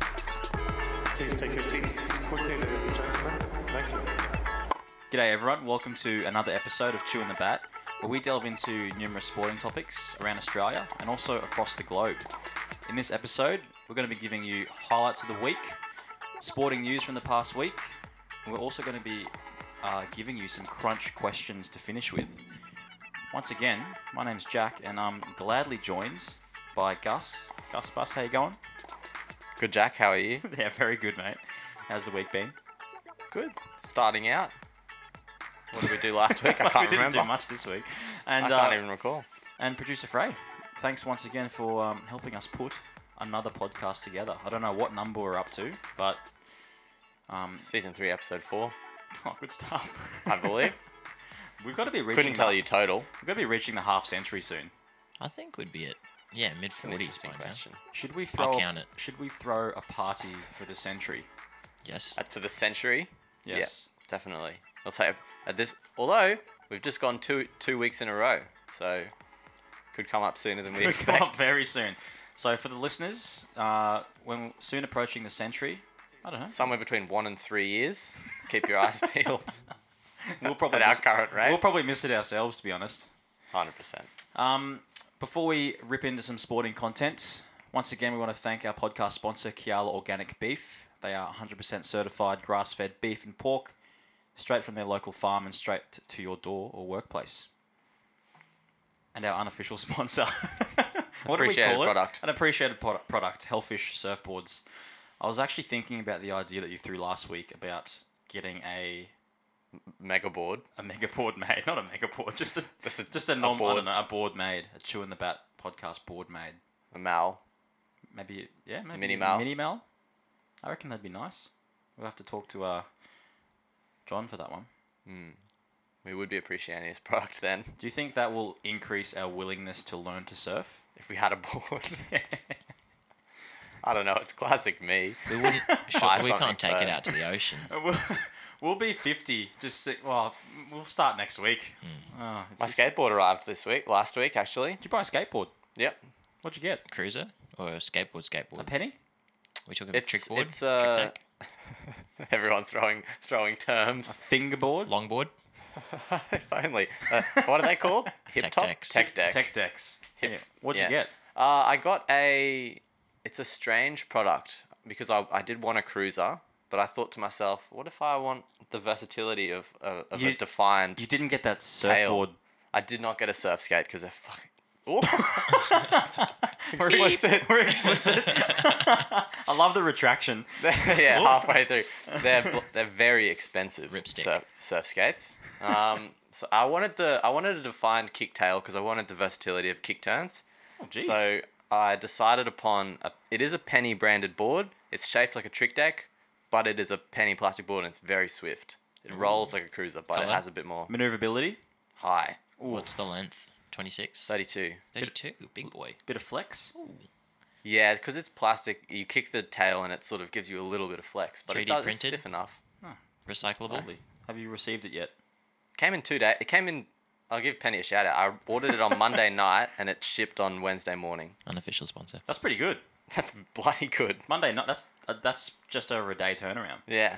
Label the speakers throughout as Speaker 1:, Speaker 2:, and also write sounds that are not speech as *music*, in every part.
Speaker 1: Please take your seats quickly, ladies and gentlemen. Thank you.
Speaker 2: G'day everyone, welcome to another episode of Chewing the Bat, where we delve into numerous sporting topics around Australia and also across the globe. In this episode, we're going to be giving you highlights of the week, sporting news from the past week, and we're also going to be uh, giving you some crunch questions to finish with. Once again, my name's Jack, and I'm gladly joined by Gus. Gus Bus, how you going? *laughs*
Speaker 3: Good, Jack. How are you?
Speaker 2: yeah, very good, mate. How's the week been?
Speaker 3: Good. Starting out. What did we do
Speaker 2: *laughs*
Speaker 3: last week? I can't
Speaker 2: we didn't
Speaker 3: remember.
Speaker 2: do much this week.
Speaker 3: I
Speaker 2: And
Speaker 3: can't
Speaker 2: uh,
Speaker 3: even recall.
Speaker 2: And producer Frey, thanks once again for um, helping us put another podcast together. I don't know what number we're up to, but *laughs* um,
Speaker 3: Season three, episode four,
Speaker 2: oh, good stuff.
Speaker 3: *laughs* I believe.
Speaker 2: *laughs* we've got to be reaching.
Speaker 3: Couldn't tell
Speaker 2: the,
Speaker 3: you total.
Speaker 2: We've got to be reaching the half century soon.
Speaker 4: I think would be it. Yeah, mid
Speaker 3: It's an
Speaker 4: forties.
Speaker 3: interesting question.
Speaker 2: Should we throw?
Speaker 4: count it.
Speaker 2: Should we throw a party for the century?
Speaker 4: Yes.
Speaker 3: Uh, for the century,
Speaker 2: Yes.
Speaker 3: yeah, definitely. I'll take at this. Although we've just gone two two weeks in a row, so could come up sooner than *laughs* we
Speaker 2: We've got
Speaker 3: expect.
Speaker 2: very soon. So for the listeners, uh, when soon approaching the century, I don't know.
Speaker 3: Somewhere between one and three years. Keep
Speaker 2: *laughs*
Speaker 3: your eyes peeled.
Speaker 2: We'll probably
Speaker 3: at our
Speaker 2: miss-
Speaker 3: current rate.
Speaker 2: We'll probably miss it ourselves, to be honest.
Speaker 3: Hundred percent.
Speaker 2: Um, before we rip into some sporting content, once again, we want to thank our podcast sponsor, Kiala Organic Beef. They are 100% certified grass fed beef and pork, straight from their local farm and straight t- to your door or workplace. And our unofficial *laughs* sponsor. what do we
Speaker 3: Appreciated
Speaker 2: call it?
Speaker 3: product.
Speaker 2: An appreciated product, product, Hellfish Surfboards. I was actually thinking about the idea that you threw last week about getting a
Speaker 3: Mega board.
Speaker 2: a *laughs* mega board made, not a mega board, just a
Speaker 3: Just a,
Speaker 2: just a normal I
Speaker 3: board.
Speaker 2: don't know, a board made, a chew in the bat podcast board made.
Speaker 3: A mal.
Speaker 2: Maybe yeah, maybe
Speaker 3: Mini Mal.
Speaker 2: Mini Mal. I reckon that'd be nice. We'll have to talk to uh, John for that one.
Speaker 3: We would be appreciating his product then
Speaker 2: Do you think that will increase our willingness to learn to surf?
Speaker 3: if we had a *laughs* board. I don't know. It's classic me. *laughs*
Speaker 4: We wouldn't. Sure,
Speaker 3: Buy
Speaker 4: we
Speaker 3: something
Speaker 4: can't take it
Speaker 3: first.
Speaker 4: out to the
Speaker 3: *laughs*
Speaker 4: ocean.
Speaker 2: *laughs* we'll, we'll be fifty. Just si- well, we'll start next week. Oh, it's
Speaker 3: My
Speaker 2: just-
Speaker 3: skateboard arrived this week, last week actually.
Speaker 2: Did you buy a skateboard?
Speaker 3: Yep. *laughs*
Speaker 2: What'd you get?
Speaker 4: Cruiser or a skateboard? Skateboard.
Speaker 2: A penny?
Speaker 4: we talking about
Speaker 3: It's-
Speaker 4: trick board.
Speaker 3: it's,
Speaker 4: trick
Speaker 3: uh,
Speaker 4: deck,
Speaker 3: Everyone throwing
Speaker 2: *laughs*
Speaker 3: throwing terms. *laughs*
Speaker 2: Fingerboard?
Speaker 4: longboard.
Speaker 3: if only. Uh, what are
Speaker 2: *laughs*
Speaker 3: they called? Hip
Speaker 4: Tech
Speaker 3: top.
Speaker 4: decks.
Speaker 3: Tech deck.
Speaker 2: Tech decks.
Speaker 3: Hip-
Speaker 2: Yeah. What'd you
Speaker 3: yeah.
Speaker 2: get?
Speaker 3: Uh, I got a. It's a strange product because I, I did want a cruiser, but I thought to myself, what if I want the versatility of, of, of
Speaker 2: You-
Speaker 3: a defined
Speaker 2: You didn't get that
Speaker 3: tail?
Speaker 2: surfboard.
Speaker 3: I did not get a surf skate because they're fucking. *laughs* Ooh.
Speaker 2: Explicit.
Speaker 3: Explicit.
Speaker 2: We're explicit. I love the retraction.
Speaker 3: *laughs* yeah, halfway through. They're bl- they're very expensive
Speaker 4: Ripstick.
Speaker 3: surf, surf skates. Um, so I wanted the I wanted a defined kick tail because I wanted the versatility of kick turns.
Speaker 2: Oh, jeez.
Speaker 3: So I decided upon a, it is a penny branded board. It's shaped like a trick deck, but it is a penny plastic board and it's very swift. It rolls like a cruiser, but it
Speaker 4: Colour?
Speaker 3: has a bit more
Speaker 2: Maneuverability,
Speaker 3: high.
Speaker 4: What's the length? 26?
Speaker 3: Thirty two.
Speaker 4: 32. Big boy.
Speaker 2: bit of flex.
Speaker 4: Oh,
Speaker 3: Yeah, because it's plastic. You kick the tail and it sort of gives you a little bit of flex, but it
Speaker 4: 3D
Speaker 3: does it's
Speaker 4: printed?
Speaker 3: stiff enough.
Speaker 4: Recyclable.
Speaker 2: Lovely. Have you received it yet?
Speaker 3: Came in two days. It came in. I'll give Penny a shout out. I ordered
Speaker 4: *laughs*
Speaker 3: it on Monday night and it shipped on Wednesday morning. *laughs*
Speaker 4: Unofficial sponsor.
Speaker 2: That's pretty good.
Speaker 3: That's bloody good.
Speaker 2: Monday night. That's uh, that's just over a day turnaround.
Speaker 3: Yeah.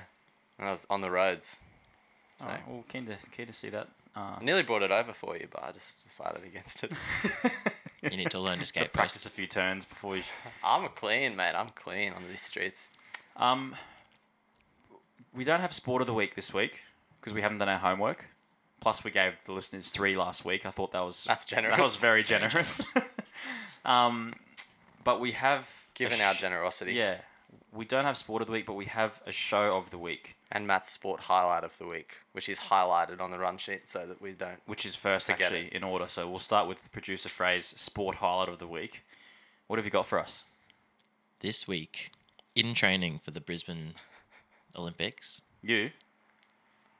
Speaker 3: And I was on the roads.
Speaker 2: Oh, well, keen to keen to see that. Uh,
Speaker 3: I nearly brought it over for you, but I just decided against it.
Speaker 4: *laughs* You need to
Speaker 2: *laughs*
Speaker 4: learn to skate
Speaker 2: practice
Speaker 4: first.
Speaker 2: a few turns before you.
Speaker 3: *laughs*
Speaker 2: *laughs*
Speaker 3: I'm clean, mate. I'm clean on these streets.
Speaker 2: Um, we don't have sport of the week this week because we haven't done our homework. Plus, we gave the listeners three last week. I thought that was
Speaker 3: That's generous.
Speaker 2: That was
Speaker 4: *laughs*
Speaker 2: very generous. *laughs* um, but we have a
Speaker 3: Given our
Speaker 2: sh-
Speaker 3: generosity.
Speaker 2: Yeah, we don't have sport of the week, but we have a show of the week,
Speaker 3: And Matt's sport highlight of the week, which is highlighted on the run sheet so that we don't. *laughs*
Speaker 2: which is first
Speaker 3: I get
Speaker 2: actually in order. So we'll start with producer Frey's sport highlight of the week. What have you got for us?
Speaker 4: This week, in training for the Brisbane Olympics,
Speaker 2: You?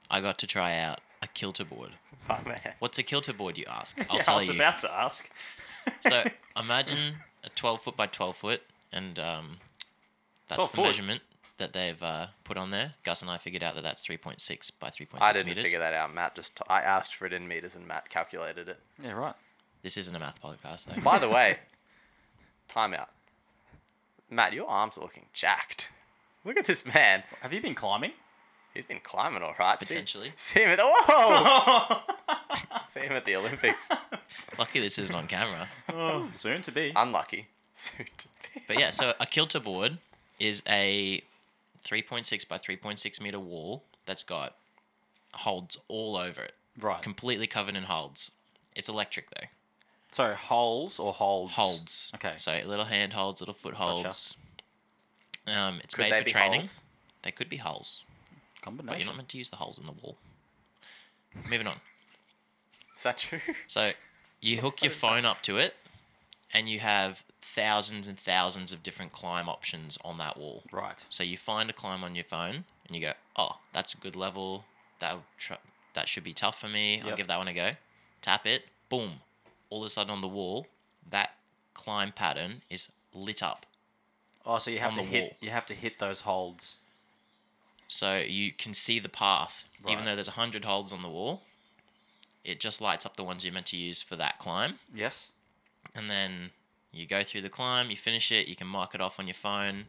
Speaker 4: I got to try out a kilter board.
Speaker 3: Oh, man.
Speaker 4: What's a kilter board, you ask? I'll
Speaker 2: Yeah,
Speaker 4: tell
Speaker 2: I was
Speaker 4: you.
Speaker 2: about to ask.
Speaker 4: So imagine a 12 foot by 12 foot, and um, that's
Speaker 2: 12
Speaker 4: the
Speaker 2: foot?
Speaker 4: measurement. that they've uh, put on there. Gus and I figured out that that's 3.6 by 3.6
Speaker 3: I didn't
Speaker 4: meters.
Speaker 3: figure that out. Matt just t- I asked for it in meters and Matt calculated it.
Speaker 2: Yeah, right.
Speaker 4: This isn't a math podcast, though.
Speaker 3: By the
Speaker 4: *laughs*
Speaker 3: way, timeout. Matt, your arms are looking jacked. Look at this man.
Speaker 2: Have you been climbing?
Speaker 3: He's been climbing all right. See-
Speaker 4: Potentially.
Speaker 3: See, him at whoa.
Speaker 4: *laughs*
Speaker 3: see him at the Olympics.
Speaker 4: Lucky this isn't on camera.
Speaker 2: Soon to be.
Speaker 4: Uh,
Speaker 3: Unlucky. *laughs* Soon to be.
Speaker 4: But yeah, so a kilter board is a 3.6 by 3.6 meter wall that's got holds all over it.
Speaker 2: Right.
Speaker 4: Completely covered in holds. It's electric though.
Speaker 2: So holes or holds?
Speaker 4: Holds.
Speaker 2: Okay.
Speaker 4: So little hand holds, little foot holds. Um, it's
Speaker 3: Could
Speaker 4: made
Speaker 3: they
Speaker 4: for
Speaker 3: be
Speaker 4: training.
Speaker 3: holes?
Speaker 4: They could be holes, but you're
Speaker 2: Combination.
Speaker 4: not meant to use the holes in the wall. Moving on.
Speaker 3: Is that
Speaker 4: *laughs*
Speaker 3: true?
Speaker 4: So you hook your phone up to it, and you have thousands and thousands of different climb options on that wall.
Speaker 2: Right.
Speaker 4: So you find a climb on your phone and you go, oh, that's a good level. That tr- that should be tough for me. I'll
Speaker 2: Yep.
Speaker 4: give that one a go. Tap it. Boom. All of a sudden on the wall, that climb pattern is lit up.
Speaker 2: Oh, so you have
Speaker 4: on
Speaker 2: to
Speaker 4: the
Speaker 2: hit.
Speaker 4: wall.
Speaker 2: You have to hit those holds.
Speaker 4: So you can see the path.
Speaker 2: Right.
Speaker 4: Even though there's 100 holes on the wall, it just lights up the ones you're meant to use for that climb.
Speaker 2: Yes.
Speaker 4: And then you go through the climb, you finish it, you can mark it off on your phone,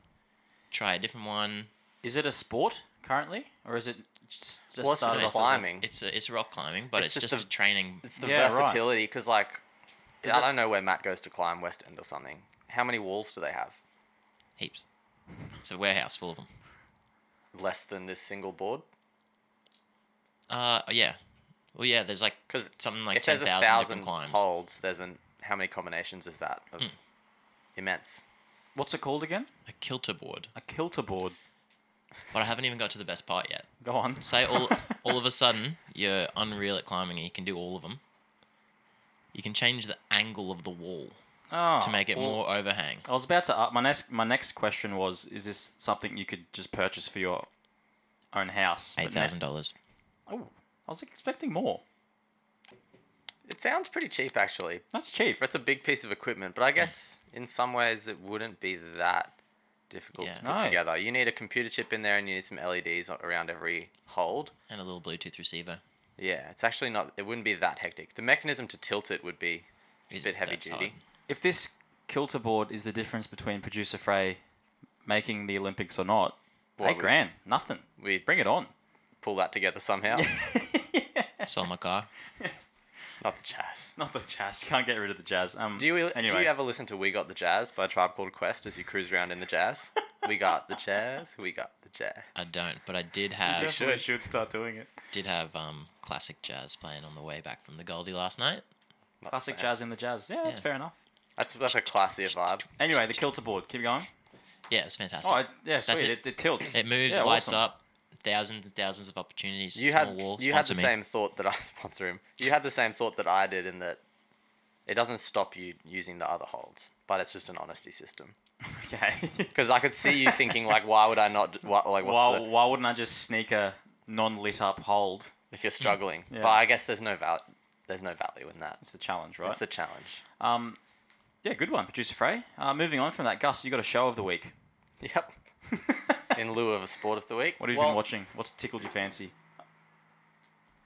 Speaker 4: try a different one.
Speaker 2: Is it a sport currently, or is it just, just
Speaker 3: Well, it's just
Speaker 2: started off as a-
Speaker 3: climbing.
Speaker 4: It's a, it's rock climbing, but
Speaker 3: It's
Speaker 4: it's,
Speaker 3: just
Speaker 4: just,
Speaker 3: a-
Speaker 4: a training
Speaker 3: It's the
Speaker 2: Yeah, right.
Speaker 3: versatility because, like,
Speaker 2: Is
Speaker 3: I
Speaker 2: it-
Speaker 3: don't know where Matt goes to climb West End or something. How many walls do they have?
Speaker 4: Heaps. It's a warehouse full of them.
Speaker 3: Less than this single board?
Speaker 4: Uh, yeah. Well, yeah. There's like
Speaker 3: Because
Speaker 4: something like
Speaker 3: if there's
Speaker 4: ten
Speaker 3: a
Speaker 4: thousand
Speaker 3: thousand
Speaker 4: different climbs. Hmm.
Speaker 3: holds, there's an how many combinations is that? Of Immense.
Speaker 2: What's it called again?
Speaker 4: A kilter board.
Speaker 2: A kilter board.
Speaker 4: But I haven't even got to the best part yet.
Speaker 2: Go on. *laughs*
Speaker 3: *laughs*
Speaker 4: Say all all of a sudden you're unreal at climbing and you can do all of them. You can change the angle of the wall
Speaker 2: Oh,
Speaker 4: to make it
Speaker 2: well,
Speaker 4: more overhang.
Speaker 2: I was about to. Uh, my next. My next question was: Is this something you could just purchase for your own house?
Speaker 4: Eight
Speaker 2: But na-
Speaker 4: thousand dollars.
Speaker 2: Oh, I was expecting more.
Speaker 3: It sounds pretty cheap, actually.
Speaker 2: That's cheap.
Speaker 3: If it's a big piece of equipment, but I guess in some ways it wouldn't be that difficult
Speaker 4: Yeah.
Speaker 3: to put
Speaker 2: No.
Speaker 3: together. You need a computer chip in there and you need some LEDs a- around every hold.
Speaker 4: And a little Bluetooth receiver.
Speaker 3: Yeah, it's actually not. It wouldn't be that hectic. The mechanism to tilt it would be
Speaker 4: Is
Speaker 3: Bit
Speaker 4: it
Speaker 3: heavy
Speaker 4: that side?
Speaker 3: duty.
Speaker 2: If this kilter board is the difference between producer Frey making the Olympics or not,
Speaker 3: Well,
Speaker 2: eight
Speaker 3: we-
Speaker 2: grand, nothing.
Speaker 3: we-
Speaker 2: bring it on.
Speaker 3: pull that together somehow.
Speaker 4: Sold my car.
Speaker 3: *laughs* not the jazz.
Speaker 2: *laughs* Not the jazz. You can't get rid of the jazz. Um.
Speaker 3: Do you
Speaker 2: anyway,
Speaker 3: do you ever listen to "We Got the Jazz" by Tribe Called Quest as you cruise around in the
Speaker 4: *laughs*
Speaker 3: jazz? we got the jazz. We got the jazz.
Speaker 4: I don't, but I did have
Speaker 3: definitely
Speaker 2: should start doing it.
Speaker 4: did have um classic jazz playing on the way back from the Goldie last night.
Speaker 3: Not the
Speaker 2: Classic
Speaker 3: same.
Speaker 2: jazz in the jazz. Yeah, that's
Speaker 4: Yeah.
Speaker 2: fair enough.
Speaker 3: That's that's a classier vibe.
Speaker 2: Anyway, the kilter board. Keep going.
Speaker 4: Yeah, it's fantastic.
Speaker 2: Oh, it- yeah, sweet.
Speaker 4: That's
Speaker 2: It.
Speaker 4: it.
Speaker 2: It, tilts.
Speaker 4: It moves,
Speaker 2: Yeah,
Speaker 4: it lights
Speaker 2: awesome.
Speaker 4: up, thousands and thousands of opportunities.
Speaker 3: You
Speaker 4: small
Speaker 3: had
Speaker 4: wall,
Speaker 3: you had the
Speaker 4: sponsor me.
Speaker 3: same thought that I *laughs* sponsor him. You had the same thought that I did in that it doesn't stop you using the other holds, but it's just an honesty system. *laughs*
Speaker 2: Okay.
Speaker 3: Because I could see
Speaker 2: *laughs*
Speaker 3: you thinking like, why would I not? d- Why, like, what's
Speaker 2: why,
Speaker 3: the,
Speaker 2: why wouldn't I just sneak a non-lit up hold?
Speaker 3: if you're struggling?
Speaker 2: hmm, Yeah.
Speaker 3: But I guess there's no val- there's no value in that.
Speaker 2: It's the challenge, right?
Speaker 3: It's the challenge. *laughs*
Speaker 2: Um, yeah, good one, producer Frey. Uh, moving on from that, Gus, you got a show of the week.
Speaker 3: Yep. *laughs* In lieu of a sport of the week.
Speaker 2: What have you
Speaker 3: Well,
Speaker 2: been watching? What's tickled your fancy?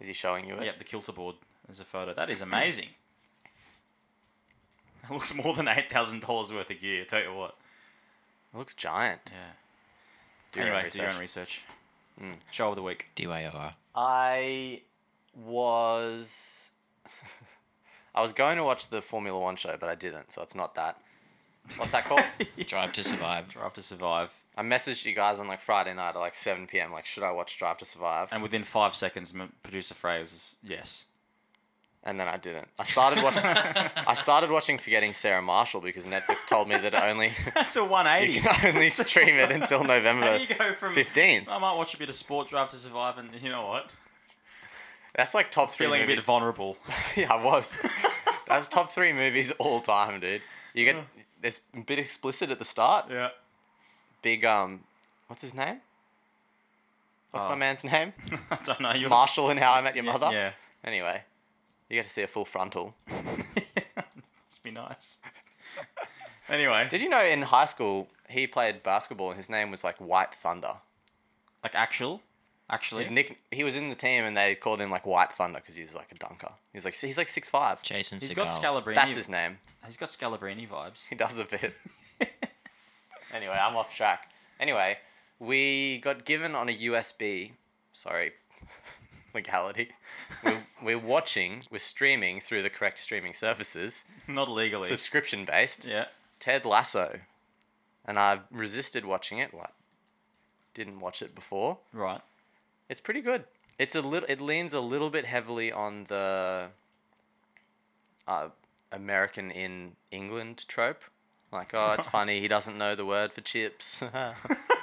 Speaker 3: Is he showing you it?
Speaker 2: Yep, the kilter board. There's a photo. That is
Speaker 3: *laughs*
Speaker 2: amazing. That looks more than eight thousand dollars worth of gear. I tell you what.
Speaker 3: It looks giant.
Speaker 2: Yeah.
Speaker 3: Do your own
Speaker 2: anyway, do your own
Speaker 3: research. Mm.
Speaker 2: research. Show of the week.
Speaker 4: DYOR.
Speaker 3: I was. *laughs* I was going to watch the Formula One show, but I didn't, so it's not that. What's
Speaker 2: *laughs*
Speaker 3: that called?
Speaker 4: Drive to survive.
Speaker 2: Drive to survive.
Speaker 3: I messaged you guys on like Friday night at like 7 p.m. Like, should I watch Drive to Survive?
Speaker 2: And
Speaker 3: And,
Speaker 2: within five seconds, m- producer Frey was yes.
Speaker 3: then I didn't. I started watching.
Speaker 2: *laughs*
Speaker 3: *laughs* I started watching Forgetting Sarah Marshall because Netflix told me that it only *laughs*
Speaker 2: *laughs* That's a one eighty.
Speaker 3: you can only stream
Speaker 2: *laughs*
Speaker 3: it until
Speaker 2: How
Speaker 3: November
Speaker 2: do you go from
Speaker 3: 15th.
Speaker 2: I might watch a bit of sport drive to survive, and you know what?
Speaker 3: That's like top three
Speaker 2: Feeling a bit
Speaker 3: movies.
Speaker 2: vulnerable.
Speaker 3: *laughs*
Speaker 2: *laughs*
Speaker 3: yeah, I was. That's top three movies all time, dude. You get it's a bit explicit at the start.
Speaker 2: yeah. *laughs*
Speaker 3: Big um, what's his name? What's
Speaker 2: Oh.
Speaker 3: my
Speaker 2: *laughs*
Speaker 3: man's name?
Speaker 2: I don't know. You're
Speaker 3: Marshall and How I Met
Speaker 2: *laughs*
Speaker 3: Your
Speaker 2: Yeah,
Speaker 3: Mother.
Speaker 2: Yeah.
Speaker 3: Anyway, you get to see a full frontal.
Speaker 2: Must be nice. *laughs* Anyway.
Speaker 3: Did you know in high school he played basketball and his name was like White Thunder.
Speaker 2: Like actual, actually.
Speaker 3: His nick he was in the team and they called him like White Thunder because he's like a dunker. He's like he's like six five.
Speaker 4: *laughs* Jason
Speaker 2: He's
Speaker 4: Segal.
Speaker 2: got Scalabrini.
Speaker 3: That's his name.
Speaker 2: He's got Scalabrini vibes.
Speaker 3: He does a bit. *laughs* anyway, I'm off track. Anyway, we got given on a USB. Sorry, *laughs* legality. We're, we're watching. We're streaming through the correct streaming services,
Speaker 2: Not legally.
Speaker 3: subscription based.
Speaker 2: yeah.
Speaker 3: Ted Lasso, and I resisted watching it. What? Didn't watch it before.
Speaker 2: Right.
Speaker 3: It's pretty good. It's a little. It leans a little bit heavily on the uh, American in England trope, like oh,
Speaker 2: *laughs*
Speaker 3: it's funny he doesn't know the word for chips, *laughs*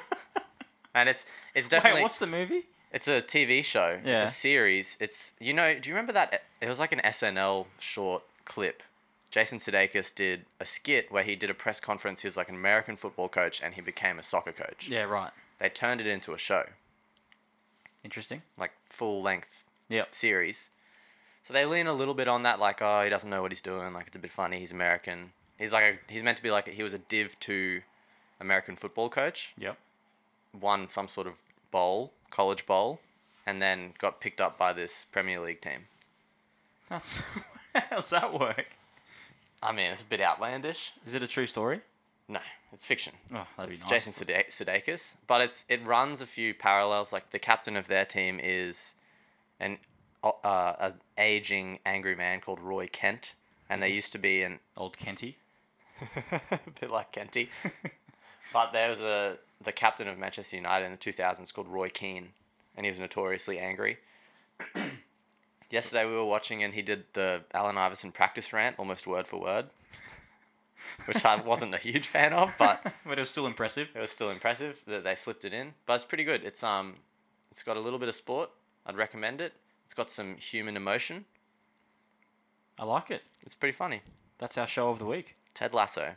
Speaker 3: and it's it's definitely
Speaker 2: Wait, what's the movie?
Speaker 3: it's a TV show.
Speaker 2: Yeah.
Speaker 3: It's a series. It's you know. Do you remember that? It was like an SNL short clip. Jason Sudeikis did a skit where he did a press conference. He was like an American football coach, and he became a soccer coach.
Speaker 2: Yeah. Right.
Speaker 3: They turned it into a show,
Speaker 2: Interesting.
Speaker 3: like full length
Speaker 2: Yep.
Speaker 3: series. So they lean a little bit on that, like, oh, he doesn't know what he's doing. Like, it's a bit funny. He's American. He's like, a, he's meant to be like, he was a Div two American football coach,
Speaker 2: Yep.
Speaker 3: won some sort of bowl, college bowl, and then got picked up by this Premier League team.
Speaker 2: That's *laughs* how's that work?
Speaker 3: I mean, it's a bit outlandish.
Speaker 2: Is it a true story?
Speaker 3: No, it's fiction.
Speaker 2: Oh, that'd
Speaker 3: It's
Speaker 2: be nice.
Speaker 3: Jason Sude- Sudeikis, but it's it runs a few parallels. Like the captain of their team is an uh, an aging angry man called Roy Kent, and they used to be an
Speaker 2: Old Kenty.
Speaker 3: *laughs* a bit like Kenty. but there was a the captain of Manchester United in the 2000s called Roy Keane, and he was notoriously angry. Yesterday we were watching, and he did the Alan Iverson practice rant almost word for word, which I wasn't a huge fan of, *laughs* but
Speaker 2: But it was still impressive.
Speaker 3: it was still impressive that they slipped it in. But it's pretty good. It's um, it's got a little bit of sport. I'd recommend it. It's got some human emotion.
Speaker 2: I like it.
Speaker 3: It's pretty funny.
Speaker 2: That's our show of the week.
Speaker 3: Ted Lasso,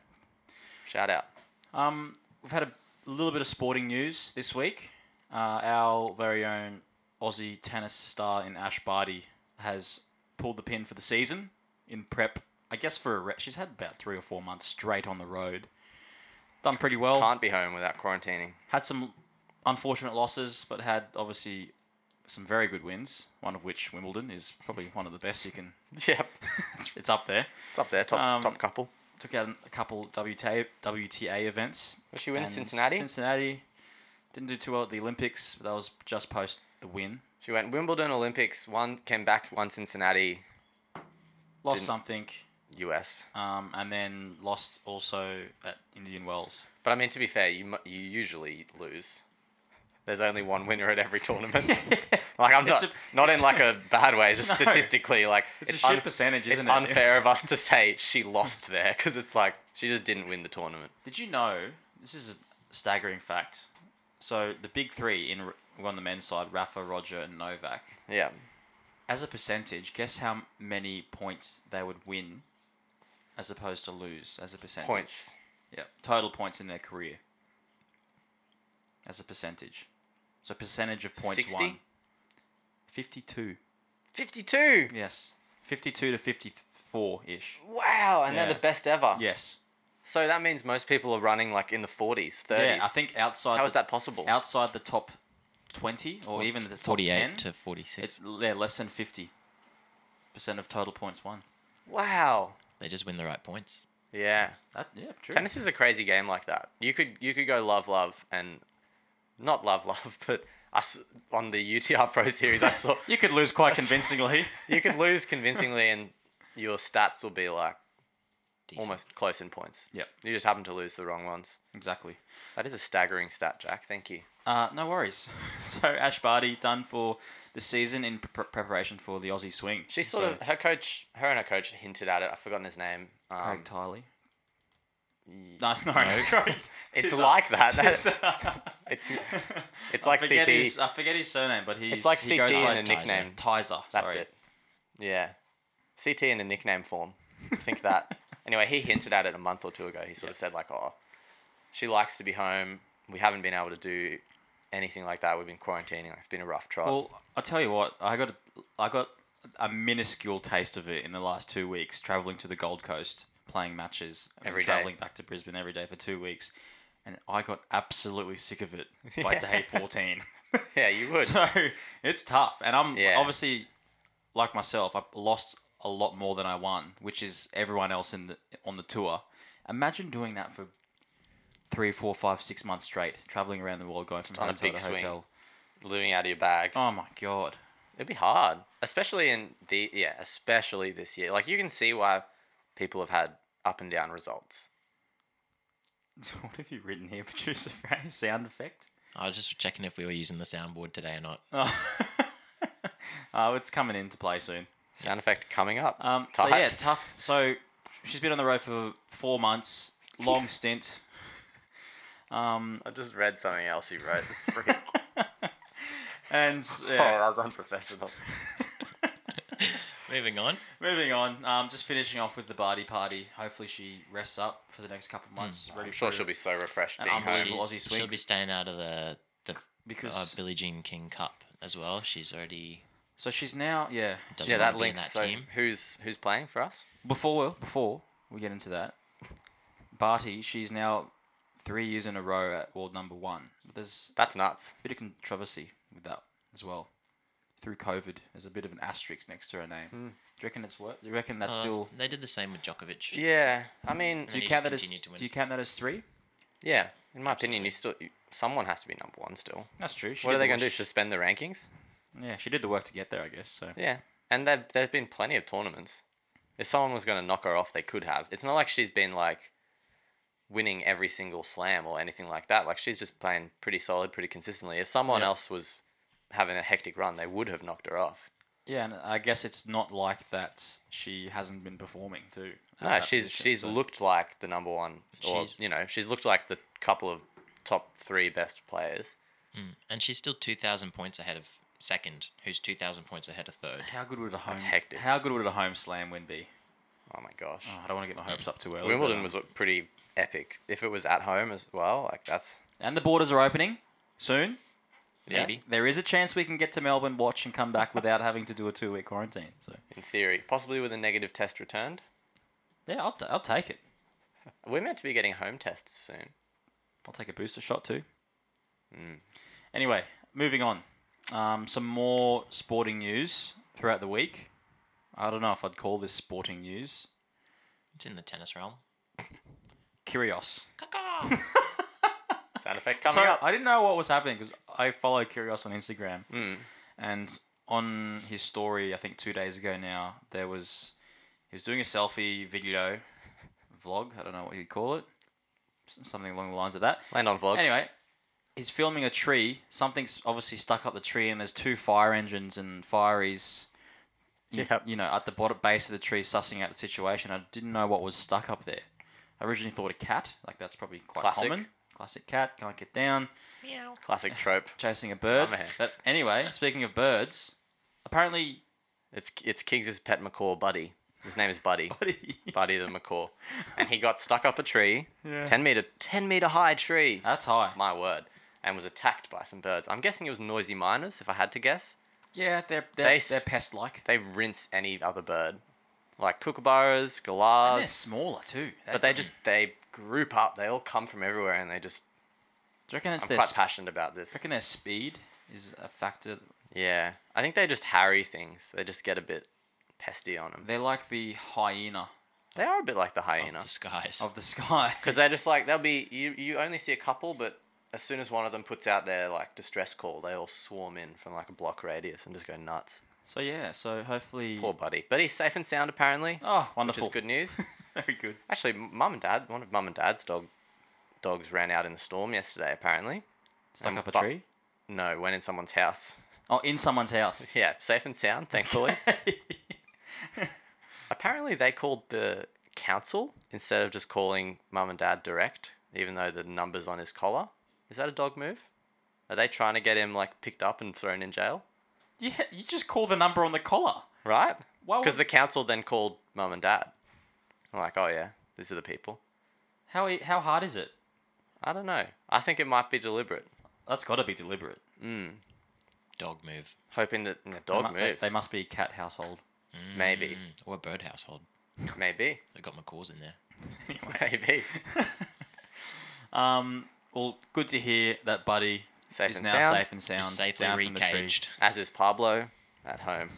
Speaker 3: shout out.
Speaker 2: Um, we've had a little bit of sporting news this week. Uh, our very own Aussie tennis star in Ash Barty has pulled the pin for the season in prep. I guess for a re- she's had about three or four months straight on the road. Done pretty well.
Speaker 3: Can't be home without quarantining.
Speaker 2: Had some unfortunate losses, but had obviously some very good wins. One of which Wimbledon is probably one of the best you can. *laughs*
Speaker 3: Yep. *laughs*
Speaker 2: It's, it's up there.
Speaker 3: It's up there, top
Speaker 2: Um,
Speaker 3: top couple.
Speaker 2: Took out a couple WTA WTA events.
Speaker 3: Was she win
Speaker 2: and
Speaker 3: Cincinnati?
Speaker 2: Cincinnati didn't do too well at the Olympics, but that was just post the win.
Speaker 3: she went Wimbledon, Olympics. One came back, one Cincinnati,
Speaker 2: Lost
Speaker 3: Didn't-
Speaker 2: something,
Speaker 3: US.
Speaker 2: um, and then lost also at Indian Wells.
Speaker 3: But I mean, to be fair, you mu- you usually lose. There's only one winner at every tournament.
Speaker 2: *laughs*
Speaker 3: like I'm
Speaker 2: It's
Speaker 3: not
Speaker 2: a-
Speaker 3: not in like a bad way.
Speaker 2: *laughs*
Speaker 3: Just
Speaker 2: No.
Speaker 3: statistically, like
Speaker 2: It's a shit percentage,
Speaker 3: it's
Speaker 2: isn't it? *laughs*
Speaker 3: unfair of us to say she lost there because it's like she just didn't win the tournament.
Speaker 2: Did you know? This is a staggering fact. So the big three in on the men's side: Rafa, Roger, and Novak.
Speaker 3: Yeah,
Speaker 2: As a percentage, guess how many points they would win, as opposed to lose as a percentage.
Speaker 3: points.
Speaker 2: Yeah, total points in their career. As a percentage. So percentage of points
Speaker 3: 60?
Speaker 2: won. 52.
Speaker 3: Fifty-two.
Speaker 2: Yes. 52 to 54-ish.
Speaker 3: Wow, and
Speaker 2: Yeah.
Speaker 3: they're the best ever.
Speaker 2: Yes.
Speaker 3: So that means most people are running like in the forties, thirties.
Speaker 2: Yeah, I think outside
Speaker 3: How is
Speaker 2: the,
Speaker 3: that possible?
Speaker 2: outside the top 20 or even the top
Speaker 4: 48
Speaker 2: 10,
Speaker 4: to 46.
Speaker 2: it's yeah, less than 50% of total points won.
Speaker 3: Wow.
Speaker 4: they just win the right points.
Speaker 3: Yeah.
Speaker 2: That yeah, true.
Speaker 3: Tennis is a crazy game like that. You could you could go love love and not love *laughs* love, but us on the UTR Pro Series,
Speaker 2: *laughs*
Speaker 3: I saw
Speaker 2: You could lose quite
Speaker 3: *laughs*
Speaker 2: convincingly.
Speaker 3: you could lose convincingly and your stats will be like
Speaker 4: Decent.
Speaker 3: almost close in points.
Speaker 2: Yep.
Speaker 3: You just happen to lose the wrong ones.
Speaker 2: exactly.
Speaker 3: That is a staggering stat, Jack. Thank you.
Speaker 2: Uh, no worries. *laughs* So Ash Barty done for the season in pre- preparation for the Aussie swing.
Speaker 3: She sort
Speaker 2: So,
Speaker 3: of her coach, her and her coach hinted at it. I've forgotten his name. Um,
Speaker 2: Craig Tiley. No, *laughs* no. Craig-
Speaker 3: it's
Speaker 2: Tis- *laughs*
Speaker 3: like that.
Speaker 2: Tis-
Speaker 3: That- *laughs* it's
Speaker 2: *laughs*
Speaker 3: it's like
Speaker 2: I forget
Speaker 3: CT.
Speaker 2: His, I forget his surname, but he's
Speaker 3: like
Speaker 2: he
Speaker 3: CT
Speaker 2: goes by
Speaker 3: and a
Speaker 2: Tizer.
Speaker 3: nickname.
Speaker 2: Tizer.
Speaker 3: That's
Speaker 2: sorry.
Speaker 3: it. Yeah. CT in a nickname form. Think that.
Speaker 2: *laughs*
Speaker 3: anyway, he hinted at it a month or two ago. He sort of said, like, oh, she likes to be home. We haven't been able to do anything like that. We've been quarantining. It's been a rough trot.
Speaker 2: Well, I'll tell you what. I got a, I got a minuscule taste of it in the last two weeks, traveling to the Gold Coast, playing matches, and
Speaker 3: Every day.
Speaker 2: traveling back to Brisbane every day for two weeks. and I got absolutely sick of it
Speaker 3: *laughs*
Speaker 2: by day 14.
Speaker 3: Yeah, you would.
Speaker 2: so it's tough, and I'm
Speaker 3: Yeah.
Speaker 2: obviously like myself. I lost a lot more than I won, which is everyone else in the on the tour. Imagine doing that for three, four, five, six months straight, traveling around the world, going from
Speaker 3: on a
Speaker 2: hotel
Speaker 3: big
Speaker 2: to
Speaker 3: swing.
Speaker 2: hotel.
Speaker 3: *laughs* Living out of your bag.
Speaker 2: Oh my god!
Speaker 3: It'd be hard, especially in the yeah, especially this year. Like you can see why people have had up and down results.
Speaker 2: *laughs* What have you written here, producer Frey? Sound effect?
Speaker 4: I was just checking if we were using the soundboard today or not.
Speaker 2: *laughs* Oh, it's coming into play soon.
Speaker 3: Sound effect coming up.
Speaker 2: Um, so
Speaker 3: Tight.
Speaker 2: yeah, tough. So she's been on the road for four months, long
Speaker 3: *laughs*
Speaker 2: stint. Um,
Speaker 3: I just read something else you wrote. *laughs* Freak.
Speaker 2: And
Speaker 3: Sorry,
Speaker 2: yeah,
Speaker 3: that was unprofessional.
Speaker 4: Moving on.
Speaker 2: moving on. Um, just finishing off with the Barty party. Hopefully she rests up for the next couple of months. ready
Speaker 3: Mm, I'm sure
Speaker 2: for-
Speaker 3: she'll be so refreshed
Speaker 2: An
Speaker 3: being home.
Speaker 2: unbelievable-
Speaker 4: She's-
Speaker 2: Um, Aussie
Speaker 4: she'll
Speaker 2: swing.
Speaker 4: be staying out of the the
Speaker 2: Because-
Speaker 4: uh, Billie Jean King Cup as well. She's already
Speaker 2: So she's now yeah.
Speaker 4: doesn't
Speaker 3: Yeah, that
Speaker 4: wanna be in
Speaker 3: links.
Speaker 4: that
Speaker 3: so
Speaker 4: team.
Speaker 3: who's who's playing for us?
Speaker 2: Before before we get into that, Barty she's now three years in a row at world number one. But there's
Speaker 3: That's nuts.
Speaker 2: a bit of controversy with that as well. Through COVID, there's a bit of an asterisk next to her name.
Speaker 3: Hmm.
Speaker 2: Do you reckon it's what? Do you reckon that's
Speaker 4: Uh,
Speaker 2: still?
Speaker 4: they did the same with Djokovic.
Speaker 3: Yeah, I mean,
Speaker 2: Do you
Speaker 4: he
Speaker 2: count
Speaker 4: just
Speaker 2: that as?
Speaker 4: continued to win.
Speaker 2: Do you count that as three?
Speaker 3: yeah. In my opinion, you still you, someone has to be number one still.
Speaker 2: That's true. She
Speaker 3: What
Speaker 2: did
Speaker 3: are they
Speaker 2: the
Speaker 3: going to do?
Speaker 2: work-
Speaker 3: Suspend the rankings?
Speaker 2: Yeah, she did the work to get there, I guess. So
Speaker 3: Yeah, and there there've been plenty of tournaments. If someone was going to knock her off, they could have. It's not like she's been like winning every single slam or anything like that. Like she's just playing pretty solid, pretty consistently. If someone
Speaker 2: Yeah.
Speaker 3: else was having a hectic run, they would have knocked her off.
Speaker 2: yeah, and I guess it's not like that. She hasn't been performing too. at
Speaker 3: No,
Speaker 2: that
Speaker 3: she's
Speaker 2: position,
Speaker 3: she's
Speaker 2: so-
Speaker 3: looked like the number one, or
Speaker 4: She's-
Speaker 3: you know, she's looked like the couple of top three best players.
Speaker 4: And she's still 2,000 points ahead of second, who's 2,000 points ahead of third.
Speaker 2: How good would a home?
Speaker 3: hectic.
Speaker 2: How good would a home slam win be?
Speaker 3: Oh my gosh,
Speaker 2: Oh, I don't want to get my hopes up too early. but,
Speaker 3: Wimbledon
Speaker 2: um,
Speaker 3: was pretty epic. If it was at home as well, like that's
Speaker 2: and the borders are opening soon.
Speaker 3: yeah,
Speaker 4: Maybe.
Speaker 2: There is a chance we can get to Melbourne, watch, and come back without having to do a two-week quarantine. So
Speaker 3: in theory, possibly with a negative test returned.
Speaker 2: yeah, I'll, t- I'll take it.
Speaker 3: We're meant to be getting home tests soon.
Speaker 2: I'll take a booster shot too. Anyway, moving on. Um, some more sporting news throughout the week. I don't know if I'd call this sporting news.
Speaker 4: It's in the tennis realm.
Speaker 2: Kyrgios.
Speaker 4: Caca!
Speaker 3: Sound effect
Speaker 2: So
Speaker 3: coming up.
Speaker 2: I didn't know what was happening because I follow Kyrgios on Instagram, and on his story, I think two days ago now, there was he was doing a selfie video *laughs* vlog. I don't know what you'd call it, S- something along the lines of that.
Speaker 3: Land on vlog.
Speaker 2: Anyway, he's filming a tree. Something's obviously stuck up the tree, and there's two fire engines and fireys. You,
Speaker 3: Yep.
Speaker 2: you know, at the bottom base of the tree, sussing out the situation. I didn't know what was stuck up there. I originally thought a cat, like that's probably quite
Speaker 3: Classic.
Speaker 2: common. Classic cat, can't get down,
Speaker 3: Classic trope.
Speaker 2: chasing a bird.
Speaker 3: Oh, man.
Speaker 2: but anyway, speaking of birds, apparently, *laughs*
Speaker 3: It's it's Kings' pet macaw, Buddy. His name is Buddy. Buddy the macaw, and he got stuck up a tree, ten meter ten meter high tree.
Speaker 2: that's high.
Speaker 3: My word, and was attacked by some birds. I'm guessing it was noisy miners. If I had to guess,
Speaker 2: Yeah, they're they're,
Speaker 3: They
Speaker 2: they are
Speaker 3: s-
Speaker 2: they are pest like.
Speaker 3: they rinse any other bird, like kookaburras,
Speaker 2: They're
Speaker 3: galahs.
Speaker 2: smaller too.
Speaker 3: But they just they group up. They all come from everywhere, and they just.
Speaker 2: Do you reckon it's
Speaker 3: I'm
Speaker 2: their
Speaker 3: quite
Speaker 2: sp-
Speaker 3: passionate about this.
Speaker 2: reckon their speed is a factor
Speaker 3: Yeah, I think they just harry things. They just get a bit pesty on them.
Speaker 2: They're like the hyena
Speaker 3: They are a bit like the hyena
Speaker 4: The skies.
Speaker 2: of the *laughs* sky.
Speaker 3: because they're just like they'll be. You you only see a couple, but as soon as one of them puts out their like distress call, they all swarm in from like a block radius and just go nuts.
Speaker 2: So yeah, so hopefully.
Speaker 3: Poor buddy, but he's safe and sound apparently,
Speaker 2: Oh,
Speaker 3: which
Speaker 2: wonderful.
Speaker 3: is good *laughs* news.
Speaker 2: Very good.
Speaker 3: Actually, m- mum and dad, one of mum and dad's dog dogs ran out in the storm yesterday. Apparently,
Speaker 2: Stuck
Speaker 3: Um,
Speaker 2: up a
Speaker 3: but-
Speaker 2: tree.
Speaker 3: No, went in someone's house. *laughs*
Speaker 2: Oh, in someone's house.
Speaker 3: Yeah, safe and
Speaker 2: *laughs*
Speaker 3: sound, thankfully. Apparently, they called the council instead of just calling mum and dad direct, even though the number's on his collar. Is that a dog move? Are they trying to get him like picked up and thrown in jail?
Speaker 2: Yeah, you just call the number on the collar.
Speaker 3: Right?
Speaker 2: Why
Speaker 3: Because
Speaker 2: would-
Speaker 3: the council then called mum and dad. I'm like, oh yeah, these are the people.
Speaker 2: How e- how hard is it?
Speaker 3: I don't know. I think it might be deliberate, Hmm.
Speaker 2: That's got to be deliberate.
Speaker 4: Dog move.
Speaker 3: hoping that the
Speaker 2: They
Speaker 3: dog
Speaker 2: mu- they,
Speaker 3: move.
Speaker 2: they must be cat household. *laughs*
Speaker 3: Maybe,
Speaker 4: Mm, or a bird household.
Speaker 3: maybe, *laughs*
Speaker 4: They got macaws in there.
Speaker 3: maybe.
Speaker 2: *laughs* Um, well, good to hear that Buddy
Speaker 3: Safe
Speaker 2: is
Speaker 3: and
Speaker 2: now
Speaker 3: sound.
Speaker 2: safe and sound.
Speaker 4: safely
Speaker 2: down from the tree.
Speaker 4: recaged.
Speaker 3: As is Pablo
Speaker 2: *laughs*
Speaker 3: at home.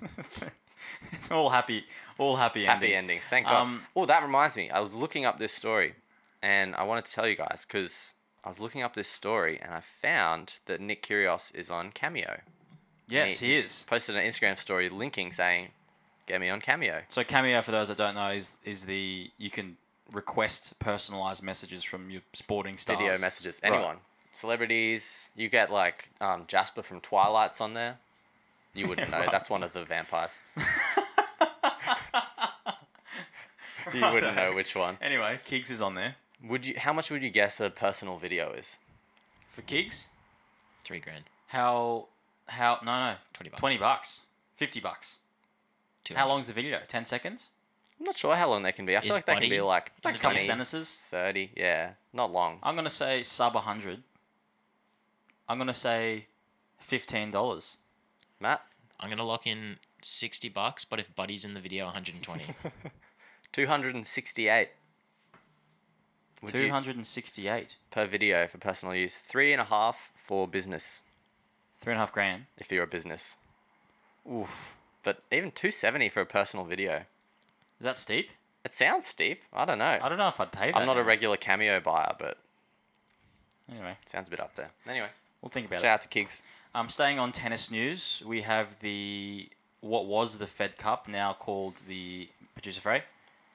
Speaker 2: It's *laughs* all happy, all happy,
Speaker 3: Happy
Speaker 2: endings.
Speaker 3: endings, thank God.
Speaker 2: Um,
Speaker 3: oh, that reminds me. I was looking up this story, and I wanted to tell you guys because I was looking up this story and I found that Nick Kyrgios is on Cameo.
Speaker 2: Yes, he is.
Speaker 3: Posted an Instagram story linking saying, "Get me on Cameo."
Speaker 2: So Cameo, for those that don't know, is is the you can request personalized messages from your sporting stars. *laughs*
Speaker 3: Video messages,
Speaker 2: Right.
Speaker 3: anyone, celebrities. You get like um, Jasper from Twilight's on there.
Speaker 2: *laughs*
Speaker 3: You wouldn't know. That's one of the vampires. you wouldn't know which one.
Speaker 2: Anyway, Kiggs is on there
Speaker 3: Would you? How much would you guess a personal video is?
Speaker 2: for Kiggs.
Speaker 4: Three grand.
Speaker 2: How? How? No, no.
Speaker 4: 20 bucks.
Speaker 2: Twenty bucks. Fifty bucks.
Speaker 4: Two
Speaker 2: How
Speaker 4: hundred.
Speaker 2: long's the video? Ten seconds.
Speaker 3: I'm not sure how long they can be. I feel
Speaker 4: Is
Speaker 3: like they can be
Speaker 4: Buddy
Speaker 3: like
Speaker 4: in
Speaker 2: A
Speaker 4: the
Speaker 2: couple
Speaker 3: 20,
Speaker 2: sentences.
Speaker 3: 30. Yeah, not long.
Speaker 2: I'm gonna say sub hundred. I'm gonna say fifteen dollars.
Speaker 3: Matt,
Speaker 4: I'm gonna lock in sixty bucks, but if Buddy's in the video, 120.
Speaker 3: *laughs* 268. Would
Speaker 2: Two
Speaker 3: you,
Speaker 2: hundred and sixty-eight.
Speaker 3: per video for personal use. Three and a half for business,
Speaker 2: Three and a half grand.
Speaker 3: if you're a business.
Speaker 2: Oof.
Speaker 3: But even 270 for a personal video.
Speaker 2: Is that steep?
Speaker 3: It sounds steep. I don't know.
Speaker 2: I don't know if I'd pay that.
Speaker 3: I'm not a
Speaker 2: now.
Speaker 3: regular cameo buyer, but
Speaker 2: Anyway,
Speaker 3: it sounds a bit up there. Anyway,
Speaker 2: we'll think about
Speaker 3: shout
Speaker 2: it.
Speaker 3: out to Kiggs.
Speaker 2: Um, staying on tennis news, we have the what was the Fed Cup now called the producer Frey.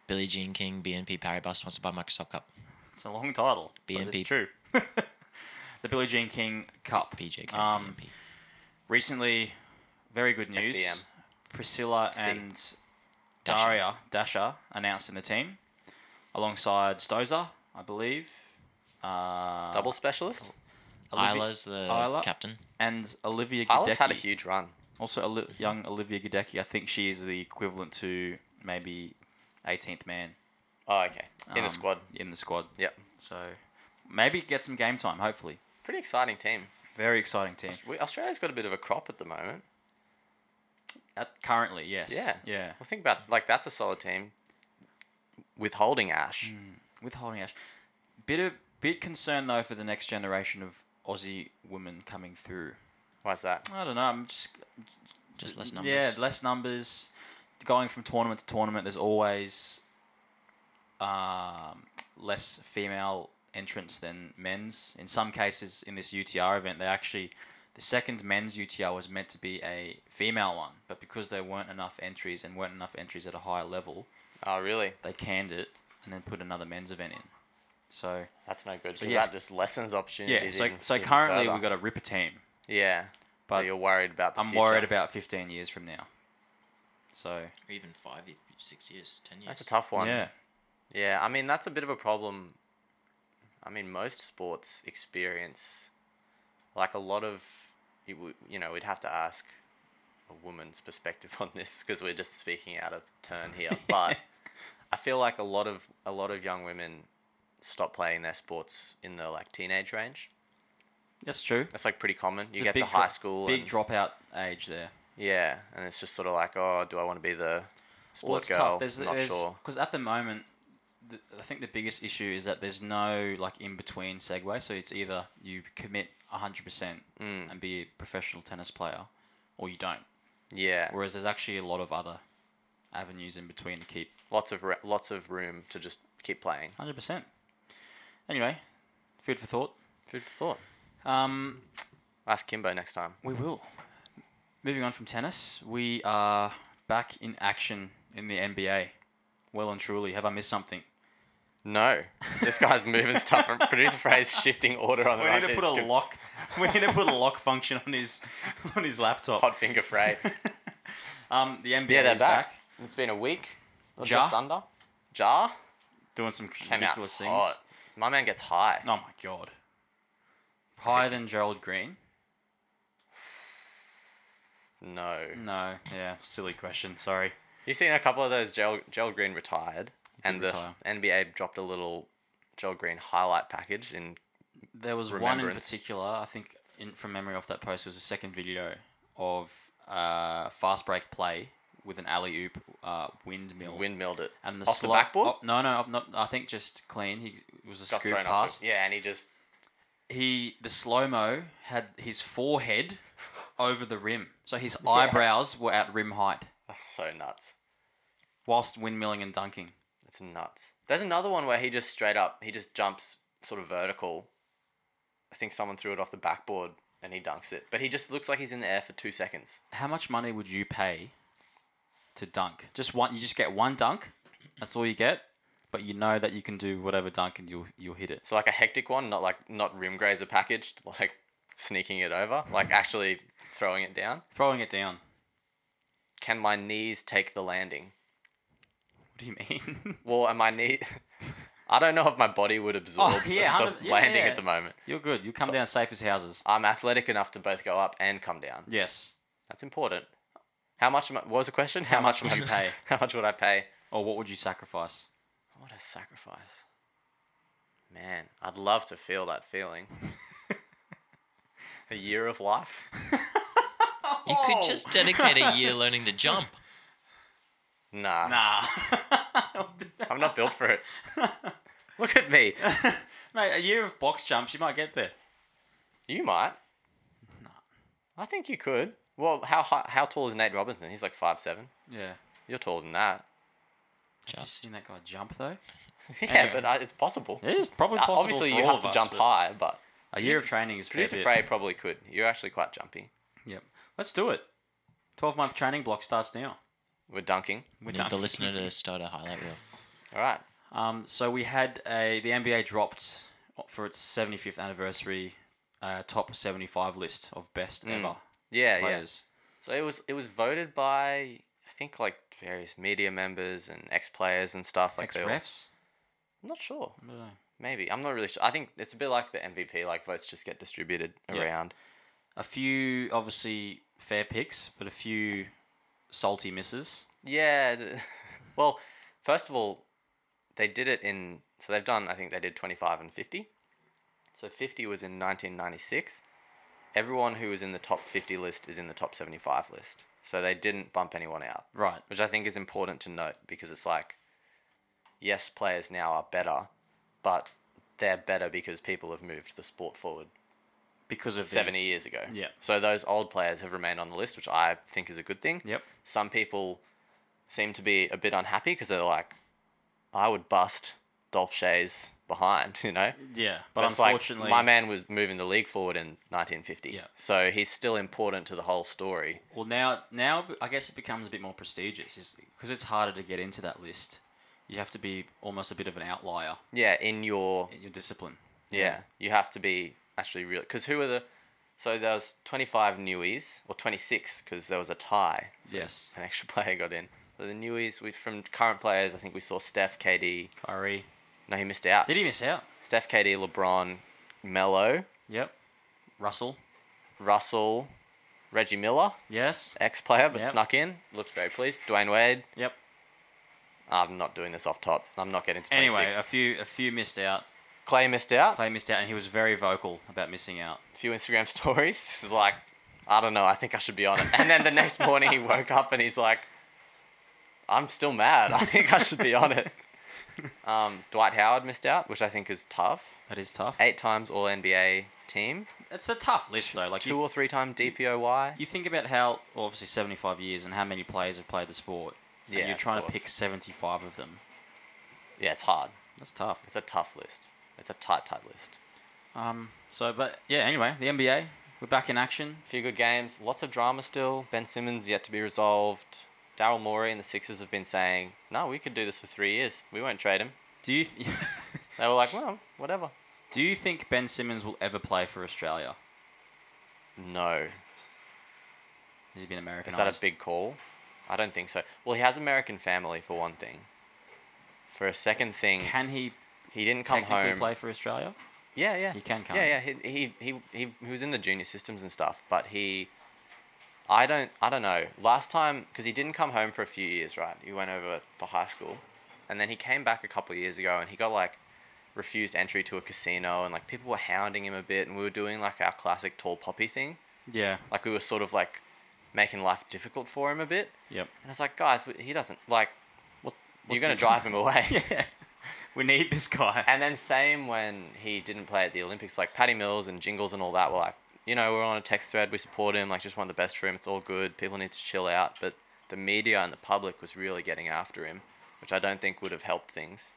Speaker 4: Billie Jean King, BNP Paribas, sponsored by Microsoft Cup.
Speaker 2: It's a long title, but
Speaker 4: BNP.
Speaker 2: it's true. *laughs* the Billie Jean King Cup.
Speaker 4: BJ.
Speaker 2: Um,
Speaker 4: BNP.
Speaker 2: recently, very good news.
Speaker 3: SBM.
Speaker 2: Priscilla
Speaker 3: See.
Speaker 2: and
Speaker 4: Dasha.
Speaker 2: Daria Dasha announced in the team, alongside Stoza, I believe. Uh,
Speaker 3: Double specialist.
Speaker 2: Olivia-
Speaker 4: Isla's the
Speaker 2: Isla?
Speaker 4: captain.
Speaker 2: and Olivia.
Speaker 3: Isla's had a
Speaker 2: Gadecki.
Speaker 3: huge run.
Speaker 2: Also, Oli- young Olivia Gadecki. I think she is the equivalent to maybe 18th man
Speaker 3: Oh, okay. In
Speaker 2: um,
Speaker 3: the squad.
Speaker 2: In the squad.
Speaker 3: Yep.
Speaker 2: So maybe get some game time. Hopefully,
Speaker 3: Pretty exciting team.
Speaker 2: very exciting team.
Speaker 3: We- Australia's got a bit of a crop at the moment.
Speaker 2: At, currently, yes.
Speaker 3: Yeah.
Speaker 2: Yeah.
Speaker 3: Well, think about like that's a solid team. Withholding Ash,
Speaker 2: Hmm. Withholding Ash. Bit of bit concerned though for the next generation of Aussie women coming through.
Speaker 3: why's that?
Speaker 2: I don't know. I'm just
Speaker 4: Just less numbers.
Speaker 2: yeah, less numbers. Going from tournament to tournament, there's always um, less female entrants than men's. In some cases, in this UTR event, they actually the second men's UTR was meant to be a female one, but because there weren't enough entries and weren't enough entries at a higher level,
Speaker 3: Oh, really?
Speaker 2: they canned it and then put another men's event in. So
Speaker 3: That's no good. Because
Speaker 2: yes.
Speaker 3: that just lessens opportunities.
Speaker 2: yeah, so,
Speaker 3: even-
Speaker 2: so
Speaker 3: even
Speaker 2: currently
Speaker 3: further.
Speaker 2: we've got a ripper team,
Speaker 3: yeah, but
Speaker 2: but
Speaker 3: you're worried about. The
Speaker 2: I'm
Speaker 3: future.
Speaker 2: worried about 15 years from now. So
Speaker 4: Or even five, if- six years, ten years.
Speaker 3: That's a tough one.
Speaker 2: yeah.
Speaker 3: Yeah, I mean that's a bit of a problem. I mean, most sports experience, like a lot of, you w- you know, we'd have to ask a woman's perspective *laughs* on this because we're just speaking out of turn
Speaker 2: *laughs*
Speaker 3: here. But I feel like a lot of a lot of young women stop playing their sports in the like teenage range.
Speaker 2: That's true.
Speaker 3: That's like pretty common. You
Speaker 2: It's a
Speaker 3: get to
Speaker 2: big
Speaker 3: high
Speaker 2: dro-
Speaker 3: school,
Speaker 2: Big
Speaker 3: and,
Speaker 2: dropout age there.
Speaker 3: yeah, and it's just sort of like, oh, do I want to be the sport
Speaker 2: Well, it's
Speaker 3: girl?
Speaker 2: tough. There's,
Speaker 3: I'm not
Speaker 2: there's,
Speaker 3: sure.
Speaker 2: Because at the moment, the, I think the biggest issue is that there's no like in between segue. So it's either you commit 100%
Speaker 3: Hmm. Mm,
Speaker 2: and be a professional tennis player, or you don't.
Speaker 3: Yeah,
Speaker 2: Whereas there's actually a lot of other avenues in between to keep
Speaker 3: lots of re- lots of room to just keep playing.
Speaker 2: 100%. Anyway, food for thought.
Speaker 3: Food for thought.
Speaker 2: Um,
Speaker 3: Ask Kimbo next time.
Speaker 2: We will. Moving on from tennis, we are back in action in the NBA. Well and truly. Have I missed something?
Speaker 3: No, this guy's moving stuff. and Producer Frey's
Speaker 2: *laughs*
Speaker 3: shifting order on the
Speaker 2: We
Speaker 3: right
Speaker 2: need to
Speaker 3: sheet.
Speaker 2: put a
Speaker 3: It's good. *laughs*
Speaker 2: lock. We need to put a lock function on his on his laptop.
Speaker 3: Hot
Speaker 2: *laughs*
Speaker 3: finger Frey.
Speaker 2: Um, the NBA
Speaker 3: Yeah, they're
Speaker 2: is back.
Speaker 3: back. It's been a week. Or
Speaker 2: Ja.
Speaker 3: Just under. Jar
Speaker 2: doing some
Speaker 3: came out
Speaker 2: ridiculous things.
Speaker 3: hot. My man gets high.
Speaker 2: Oh my god! Higher than Gerald Green?
Speaker 3: No.
Speaker 2: No. Yeah, silly question. Sorry.
Speaker 3: You seen a couple of those. Gerald, Gerald Green retired, and the
Speaker 2: retire.
Speaker 3: NBA dropped a little Gerald Green highlight package. And
Speaker 2: There was one in
Speaker 3: Remembrance.
Speaker 2: particular. I think in, from memory off that post it was a second video of uh, fast break play with an alley oop uh, windmill.
Speaker 3: windmilled it.
Speaker 2: and the
Speaker 3: off
Speaker 2: slot,
Speaker 3: the backboard?
Speaker 2: oh, no, no, I've not. I think just clean. He it was a
Speaker 3: Got
Speaker 2: scoop
Speaker 3: thrown off
Speaker 2: pass.
Speaker 3: it. Yeah, and he just
Speaker 2: He the slow mo had his forehead over the rim, so his eyebrows were at rim height
Speaker 3: that's oh, so nuts.
Speaker 2: whilst windmilling and dunking.
Speaker 3: It's nuts. There's another one where he just straight up he just jumps sort of vertical. I think someone threw it off the backboard and he dunks it. But he just looks like he's in the air for two seconds.
Speaker 2: How much money would you pay to dunk? Just one. You just get one dunk. That's all you get. But you know that you can do whatever dunk and you'll you'll hit it.
Speaker 3: So like a hectic one, not like not rim grazer packaged, *laughs* like sneaking it over, like actually throwing it down.
Speaker 2: Throwing it down. *laughs*
Speaker 3: Can my knees take the landing?
Speaker 2: What do you mean? *laughs*
Speaker 3: Well, and my knee *laughs* I don't know if my body would absorb
Speaker 2: Oh, *laughs* yeah,
Speaker 3: the
Speaker 2: 100 yeah,
Speaker 3: landing
Speaker 2: yeah.
Speaker 3: at the moment.
Speaker 2: You're good. You come down safe as houses.
Speaker 3: I'm athletic enough to both go up and come down.
Speaker 2: Yes.
Speaker 3: That's important. How much am I, what was the question? How, much,
Speaker 2: much
Speaker 3: would
Speaker 2: would
Speaker 3: I
Speaker 2: you pay?
Speaker 3: pay? *laughs* How much would I pay?
Speaker 2: Or what would you sacrifice?
Speaker 3: What a sacrifice. Man, I'd love to feel that feeling. *laughs* a year of life?
Speaker 4: You could
Speaker 3: Oh!
Speaker 4: just dedicate
Speaker 3: *laughs*
Speaker 4: a year learning to jump.
Speaker 3: Nah,
Speaker 2: Nah.
Speaker 3: I'm not built for it. Look at
Speaker 2: *laughs*
Speaker 3: me.
Speaker 2: *laughs* Mate, a year of box jumps, you might get there.
Speaker 3: You might. I think you could. Well, how hi- how tall is Nate Robinson? He's like five seven.
Speaker 2: Yeah.
Speaker 3: You're taller than that. *laughs*
Speaker 2: You
Speaker 4: Just
Speaker 2: seen that guy jump though?
Speaker 3: yeah, but uh, it's possible.
Speaker 2: It is probably
Speaker 3: Uh,
Speaker 2: possible.
Speaker 3: Obviously,
Speaker 2: for
Speaker 3: you
Speaker 2: all
Speaker 3: have
Speaker 2: of
Speaker 3: to
Speaker 2: us,
Speaker 3: jump
Speaker 2: but
Speaker 3: high, but
Speaker 2: A year of training is a fair
Speaker 3: producer
Speaker 2: bit.
Speaker 3: Frey probably could. You're actually quite jumpy.
Speaker 2: Yep. Let's do it. Twelve month training block starts now.
Speaker 3: We're dunking.
Speaker 2: We're
Speaker 4: need the listener to start a highlight reel.
Speaker 3: All right.
Speaker 2: Um, so we had a the NBA dropped for its 75th anniversary uh, top 75 list of best ever
Speaker 3: Mm. Uh, Yeah, yeah.
Speaker 2: players.
Speaker 3: So it was it was voted by I think like various media members and ex players and stuff like
Speaker 2: Ex
Speaker 3: they all-
Speaker 2: refs.
Speaker 3: I'm not sure.
Speaker 2: I don't know.
Speaker 3: Maybe I'm not really sure. I think it's a bit like the MVP. Like votes just get distributed around.
Speaker 2: A few obviously fair picks, but a few salty misses.
Speaker 3: Yeah. th- *laughs* well, first of all, they did it in so they've done I think they did 25 and 50. So 50 was in 1996. Everyone who was in the top 50 list is in the top 75 list. So they didn't bump anyone out.
Speaker 2: Right.
Speaker 3: which I think is important to note because it's like, yes, players now are better, but they're better because people have moved the sport forward
Speaker 2: Because of
Speaker 3: 70
Speaker 2: these.
Speaker 3: years ago.
Speaker 2: Yeah.
Speaker 3: So those old players have remained on the list, which I think is a good thing.
Speaker 2: Yep.
Speaker 3: Some people seem to be a bit unhappy because they're like, I would bust Dolph Shays behind, *laughs* you know?
Speaker 2: Yeah, but
Speaker 3: It's like,
Speaker 2: unfortunately,
Speaker 3: my man was moving the league forward in 1950.
Speaker 2: Yeah.
Speaker 3: So he's still important to the whole story.
Speaker 2: well now now I guess it becomes a bit more prestigious because it's harder to get into that list. You have to be almost a bit of an outlier
Speaker 3: Yeah, in your
Speaker 2: in your discipline.
Speaker 3: Yeah, you have to be actually real. Because who are the? So there was twenty five newies or twenty six because there was a tie. *laughs*
Speaker 2: Yes,
Speaker 3: An extra player got in. So the newies we from current players, I think we saw Steph, KD.
Speaker 2: Kyrie.
Speaker 3: No, he missed out.
Speaker 2: Did he miss out?
Speaker 3: Steph, KD, LeBron, Melo,
Speaker 2: Yep. Russell.
Speaker 3: Russell, Reggie Miller,
Speaker 2: Yes.
Speaker 3: ex player but
Speaker 2: Yep.
Speaker 3: snuck in. Looked very pleased. Dwayne Wade.
Speaker 2: Yep.
Speaker 3: I'm not doing this off top. I'm not getting to twenty six.
Speaker 2: Anyway, a few a few missed out.
Speaker 3: Clay missed out.
Speaker 2: Clay missed out, and he was very vocal about missing out.
Speaker 3: few Instagram *laughs* stories. This is like, I don't know, I think I should be on it. And then the next morning he woke up and he's like, I'm still mad. I think I should be on
Speaker 2: *laughs*
Speaker 3: it. Um, Dwight Howard missed out, which I think is tough.
Speaker 2: That is tough.
Speaker 3: Eight times All NBA team,
Speaker 2: It's a tough list though. Like
Speaker 3: two
Speaker 2: you,
Speaker 3: or three time DPOY.
Speaker 2: you think about how well, obviously seventy five years and how many players have played the sport. and
Speaker 3: Yeah,
Speaker 2: you're
Speaker 3: of
Speaker 2: trying to
Speaker 3: course.
Speaker 2: pick seventy five of them.
Speaker 3: Yeah, it's hard.
Speaker 2: That's tough.
Speaker 3: It's a tough list. It's a tight, tight list.
Speaker 2: Um. So, but yeah. Anyway, the NBA. We're back in action.
Speaker 3: few good games. Lots of drama still. Ben Simmons yet to be resolved. Daryl Morey and the Sixers have been saying, no, we could do this for three years. We won't trade him.
Speaker 2: Do you th- *laughs*
Speaker 3: They were like, well, whatever.
Speaker 2: do you think Ben Simmons will ever play for Australia?
Speaker 3: No.
Speaker 2: Has he been American?
Speaker 3: Is that a big call? I don't think so. Well, he has American family for one thing. For a second thing,
Speaker 2: Can he
Speaker 3: he didn't come
Speaker 2: technically
Speaker 3: home.
Speaker 2: play for Australia?
Speaker 3: Yeah, yeah.
Speaker 2: He can come.
Speaker 3: Yeah, yeah. He, he he he he was in the junior systems and stuff, but he I don't I don't know. Last time cuz he didn't come home for a few years, right? He went over for high school. And then he came back a couple of years ago and he got like refused entry to a casino and like people were hounding him a bit and we were doing like our classic tall poppy thing.
Speaker 2: Yeah.
Speaker 3: Like we were sort of like making life difficult for him a bit.
Speaker 2: Yep.
Speaker 3: And I was like, guys, he doesn't like.
Speaker 2: What,
Speaker 3: you're
Speaker 2: what's
Speaker 3: gonna
Speaker 2: his-
Speaker 3: drive him away.
Speaker 2: yeah. *laughs* We need this guy.
Speaker 3: And then same when he didn't play at the Olympics, like Patty Mills and Jingles and all that were like, you know, we're on a text thread, we support him, like just want the best for him, it's all good, people need to chill out. But the media and the public was really getting after him, which I don't think would have helped things.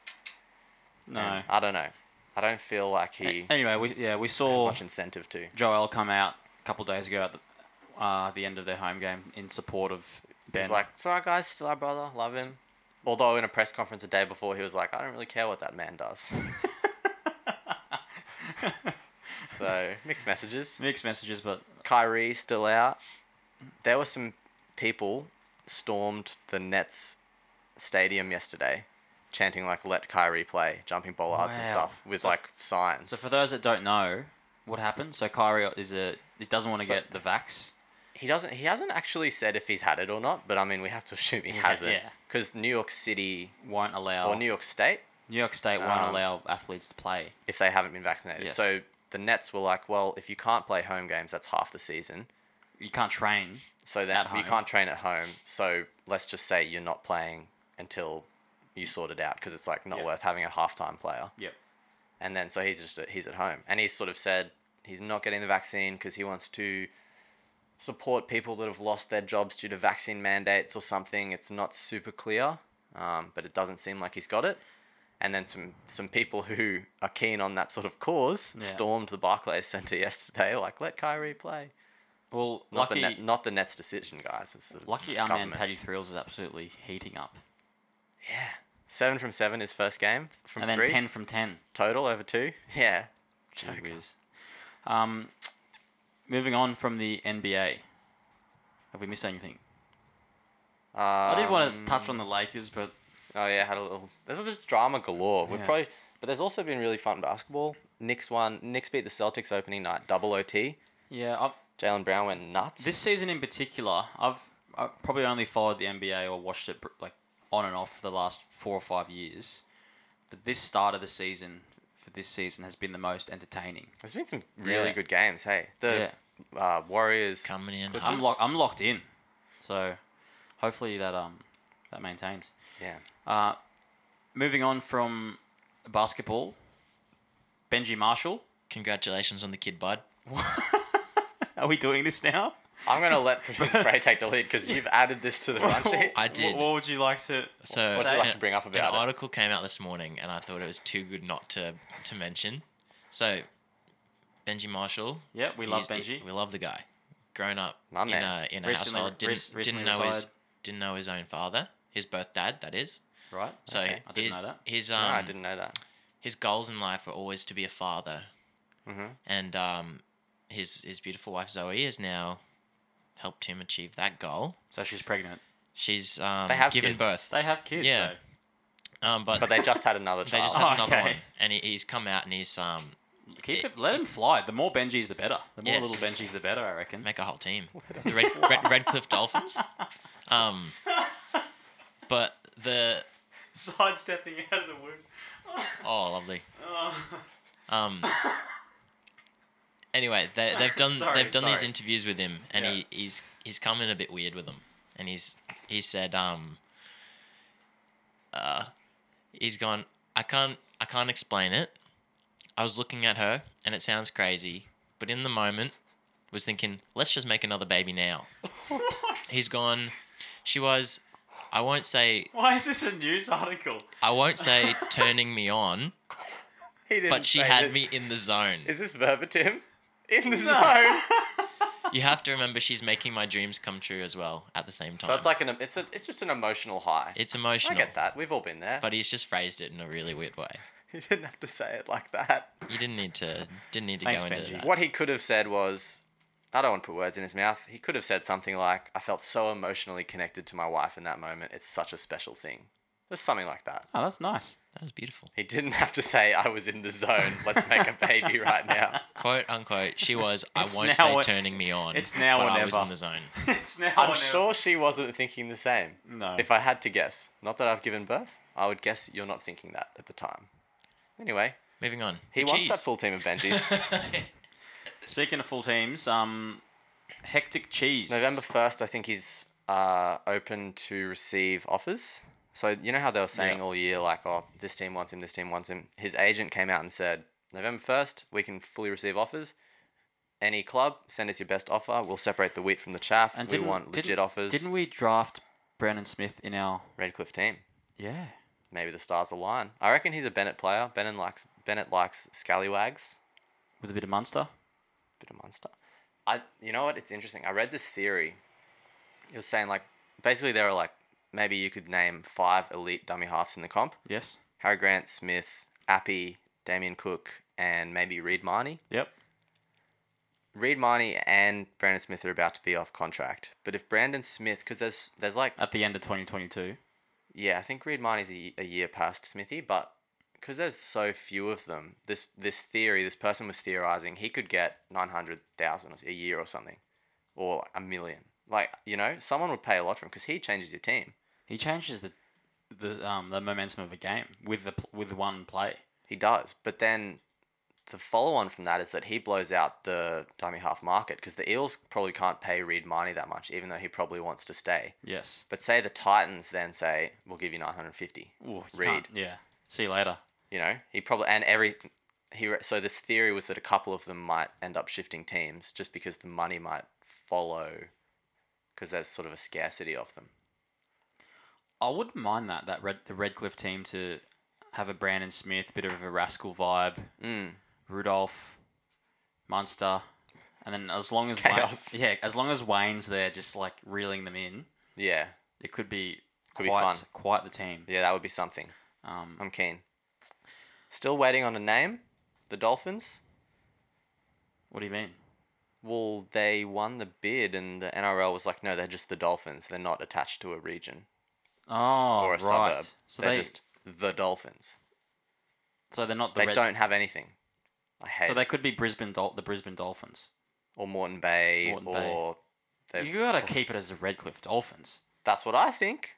Speaker 2: No.
Speaker 3: And I don't know. I don't feel like he
Speaker 2: A- Anyway, we yeah we
Speaker 3: has
Speaker 2: saw
Speaker 3: much incentive to.
Speaker 2: Joel come out a couple days ago at the, uh, the end of their home game in support of Ben.
Speaker 3: He's like, it's alright guys, still our brother, love him. Although in a press conference a day before he was like, I don't really care what that man does. *laughs* so mixed messages.
Speaker 2: mixed messages, but
Speaker 3: Kyrie still out. There were some people stormed the Nets stadium yesterday, chanting like "Let Kyrie play," jumping bollards and
Speaker 2: Wow.
Speaker 3: stuff with
Speaker 2: So f-
Speaker 3: like signs.
Speaker 2: so for those that don't know what happened, so Kyrie is a he doesn't want to
Speaker 3: So-
Speaker 2: get the vax.
Speaker 3: he doesn't. He hasn't actually said if he's had it or not, but I mean we Oh. have to assume he hasn't.
Speaker 2: yeah.
Speaker 3: Because New York City
Speaker 2: Won't allow
Speaker 3: or New York State,
Speaker 2: New York State won't
Speaker 3: Um,
Speaker 2: allow athletes to play.
Speaker 3: if they haven't been vaccinated,
Speaker 2: Yes.
Speaker 3: so the Nets were like, "Well, if you can't play home games, that's half the season."
Speaker 2: You can't train.
Speaker 3: So
Speaker 2: At
Speaker 3: then you
Speaker 2: home.
Speaker 3: can't train at home. So let's just say you're not playing until you sort it out because it's like not
Speaker 2: Yeah.
Speaker 3: worth having a halftime player.
Speaker 2: Yep.
Speaker 3: And then so he's just he's at home and he's sort of said he's not getting the vaccine because he wants to support people that have lost their jobs due to vaccine mandates or something. It's not super clear, um, but it doesn't seem like he's got it. And then some some people who are keen on that sort of cause
Speaker 2: Yeah.
Speaker 3: stormed the Barclays Center *laughs* yesterday, like let Kyrie play.
Speaker 2: Well,
Speaker 3: Not
Speaker 2: lucky
Speaker 3: the net, not the Nets' decision, guys. It's the
Speaker 2: lucky our man
Speaker 3: government.
Speaker 2: Paddy Thrills is absolutely heating up.
Speaker 3: Yeah. Seven from seven his first game from
Speaker 2: and then
Speaker 3: three
Speaker 2: 10 from 10.
Speaker 3: total over two. *laughs* Yeah.
Speaker 2: Gee whiz. Um, moving on from the NBA. Have we missed anything? I did want
Speaker 3: Um,
Speaker 2: to touch on the Lakers, but
Speaker 3: Oh yeah, had a little. This is just drama galore. We
Speaker 2: Yeah.
Speaker 3: are probably, but there's also been really fun basketball. Knicks won. Knicks beat the Celtics opening night, double OT.
Speaker 2: yeah, I've,
Speaker 3: Jalen Brown went nuts.
Speaker 2: this season in particular, I've, I've probably only followed the NBA or watched it br- like on and off for the last four or five years. But this start of the season for this season has been the most entertaining.
Speaker 3: there's been some really
Speaker 2: Yeah.
Speaker 3: good games. Hey, the uh, Warriors.
Speaker 4: Coming in.
Speaker 2: I'm locked. I'm locked in. So hopefully that um that maintains.
Speaker 3: Yeah.
Speaker 2: Uh, moving on from basketball, Benji Marshall.
Speaker 4: Congratulations on the kid, bud.
Speaker 2: Are we doing this *laughs* now?
Speaker 3: I'm gonna let Patrice Frey take the lead because you've added this to the run
Speaker 2: *laughs*
Speaker 3: sheet.
Speaker 4: I did.
Speaker 2: What, what would you like to?
Speaker 4: So
Speaker 3: What would you like to bring up about
Speaker 4: an
Speaker 3: it?
Speaker 4: article came out this morning, and I thought it was too good not to to mention. So, Benji Marshall.
Speaker 2: Yeah, we love
Speaker 4: he's-
Speaker 2: Benji.
Speaker 4: we love the guy. Grown up
Speaker 3: My
Speaker 4: in
Speaker 3: man.
Speaker 4: a in a
Speaker 2: Recently-
Speaker 4: household
Speaker 2: rec-
Speaker 4: didn't
Speaker 2: recently
Speaker 4: didn't know his
Speaker 2: retired.
Speaker 4: didn't know his own father, his birth dad, that is.
Speaker 2: Right.
Speaker 4: So
Speaker 3: Okay.
Speaker 2: I didn't
Speaker 4: his,
Speaker 2: know that.
Speaker 4: his
Speaker 3: No,
Speaker 4: um
Speaker 3: Ah, I didn't know that.
Speaker 4: his goals in life were always to be a father,
Speaker 2: Mm-hmm.
Speaker 3: Mhm.
Speaker 4: and um his his beautiful wife Zoe has now helped him achieve that goal.
Speaker 2: So she's pregnant.
Speaker 4: She's um
Speaker 3: They have
Speaker 4: given
Speaker 3: kids.
Speaker 4: birth,
Speaker 2: They have kids.
Speaker 4: Yeah.
Speaker 2: So.
Speaker 4: um but,
Speaker 3: But they just had another
Speaker 4: *laughs* they
Speaker 3: child.
Speaker 4: just
Speaker 2: Oh,
Speaker 4: had another
Speaker 2: okay.
Speaker 4: one, and he, he's come out and he's um
Speaker 2: Keep
Speaker 4: It-
Speaker 2: it. Let him fly. The more Benjis, the better. The more
Speaker 4: Yes.
Speaker 2: little Benjis, the better. I reckon.
Speaker 4: make a whole team. The Red, Red, Redcliffe Dolphins. Um, but the
Speaker 2: Sidestepping out of the womb.
Speaker 4: oh, lovely.
Speaker 2: Uh.
Speaker 4: Um. Anyway, they, they've done
Speaker 2: *laughs* Sorry,
Speaker 4: they've done these
Speaker 2: sorry.
Speaker 4: interviews with him, and
Speaker 2: Yeah.
Speaker 4: he, he's he's come in a bit weird with them, and he's he said um. Uh, he's gone. I can't I can't explain it. I was looking at her, and it sounds crazy, but in the moment, was thinking, let's just make another baby now. He's gone. She was. I won't say.
Speaker 2: Why is this a news article?
Speaker 4: I
Speaker 2: *laughs*
Speaker 4: won't say turning me on,
Speaker 3: He didn't
Speaker 4: but she
Speaker 3: say
Speaker 4: had
Speaker 3: this.
Speaker 4: me in the zone.
Speaker 3: Is this verbatim? *laughs* In the zone.
Speaker 4: You have to remember, she's making my dreams come true as well at the same time.
Speaker 3: So it's like an it's a, it's just an emotional high.
Speaker 4: it's emotional.
Speaker 3: I get that. We've all been *laughs* there.
Speaker 4: But he's just phrased it in a really weird way.
Speaker 3: He didn't have to say it like that.
Speaker 4: You didn't need to. Didn't need to
Speaker 2: Thanks,
Speaker 4: go into
Speaker 2: Benji.
Speaker 4: that.
Speaker 3: What he could have said was, I don't want to put words in his mouth. He could have said something like, I felt so emotionally connected to my wife in that moment. It's such a special thing. Just something like that.
Speaker 2: Oh, that's nice. *laughs*
Speaker 4: That was beautiful.
Speaker 3: He didn't have to say, I was in the zone. Let's make a baby right now.
Speaker 4: Quote unquote.
Speaker 2: *laughs*
Speaker 4: She was. I
Speaker 2: It's
Speaker 4: won't
Speaker 2: now
Speaker 4: say
Speaker 2: or-
Speaker 4: turning me on.
Speaker 2: it's now
Speaker 4: but
Speaker 2: or
Speaker 4: I was
Speaker 2: never.
Speaker 4: in the zone.
Speaker 2: it's now.
Speaker 3: I'm sure she wasn't thinking the same.
Speaker 2: No.
Speaker 3: If I had to guess, not that I've given birth, I would guess you're not thinking that at the time. Anyway,
Speaker 4: Moving on.
Speaker 3: he
Speaker 4: The
Speaker 3: wants
Speaker 4: *laughs*
Speaker 2: *laughs*
Speaker 4: cheese.
Speaker 3: that full team of Benjis.
Speaker 2: Speaking of full teams, um, Hectic cheese.
Speaker 3: November first, I think he's uh, open to receive offers. So you know how they were saying
Speaker 2: Yeah.
Speaker 3: all year, like, oh, this team wants him, this team wants him. His agent came out and said, November first, we can fully receive offers. Any club, send us your best offer. We'll separate the wheat from the chaff.
Speaker 2: And
Speaker 3: we
Speaker 2: didn't-
Speaker 3: want legit
Speaker 2: didn't-
Speaker 3: offers.
Speaker 2: Didn't we draft Brandon Smith in our?
Speaker 3: Redcliffe team.
Speaker 2: Yeah.
Speaker 3: Maybe the stars align. I reckon he's a Bennett player. Bennett likes Bennett likes scallywags.
Speaker 2: With a bit of Munster.
Speaker 3: bit of monster. I you know what? It's interesting. I read this theory. It was saying like basically there were like maybe you could name five elite dummy halves in the comp:
Speaker 2: Yes.
Speaker 3: Harry Grant, Smith, Appy, Damien Cook, and maybe Reed Marnie.
Speaker 2: Yep.
Speaker 3: Reed Marnie and Brandon Smith are about to be off contract, but if Brandon Smith, because there's there's like
Speaker 2: At the end of 2022.
Speaker 3: yeah, I think Reed Marnie's a, y- a year past Smithy, but because there's so few of them, this this theory, this person was theorizing he could get nine hundred thousand a year or something, or a million. Like you know, someone would pay a lot for him because he changes your team.
Speaker 2: He changes the the um the momentum of a game with the pl- with one play.
Speaker 3: He does, but then the follow on from that is that he blows out the dummy half market because the Eels probably can't pay Reed Marnie that much, even though he probably wants to stay.
Speaker 2: Yes.
Speaker 3: But say the Titans then say we'll give you nine hundred fifty.
Speaker 2: Ooh, you
Speaker 3: Reed.
Speaker 2: can't- Yeah. See you later.
Speaker 3: you know he probably and every he re- so this theory was that a couple of them might end up shifting teams just because the money might follow because there's sort of a scarcity of them
Speaker 2: I wouldn't mind that that red the Redcliffe team to have a Brandon Smith, bit of a rascal vibe,
Speaker 3: mm.
Speaker 2: Rudolph, Munster, and then as long as
Speaker 3: Chaos.
Speaker 2: Wayne, yeah, as long as Wayne's there, just like reeling them in,
Speaker 3: yeah
Speaker 2: it could be
Speaker 3: Could be
Speaker 2: quite
Speaker 3: fun.
Speaker 2: quite the team.
Speaker 3: yeah that would be something
Speaker 2: Um,
Speaker 3: i'm keen still waiting on a name the dolphins
Speaker 2: what do you mean?
Speaker 3: well they won the bid and the nrl was like no they're just the dolphins they're not attached to a region
Speaker 2: Oh,
Speaker 3: or a
Speaker 2: right.
Speaker 3: suburb
Speaker 2: So
Speaker 3: they're
Speaker 2: they
Speaker 3: just the dolphins
Speaker 2: so they're not the
Speaker 3: they
Speaker 2: red,
Speaker 3: don't have anything i hate
Speaker 2: So
Speaker 3: it.
Speaker 2: they could be Brisbane Dol- the Brisbane Dolphins.
Speaker 3: or Moreton Bay
Speaker 2: Moreton Bay.
Speaker 3: or they've-
Speaker 2: You gotta keep it as the Redcliffe Dolphins.
Speaker 3: that's what I think.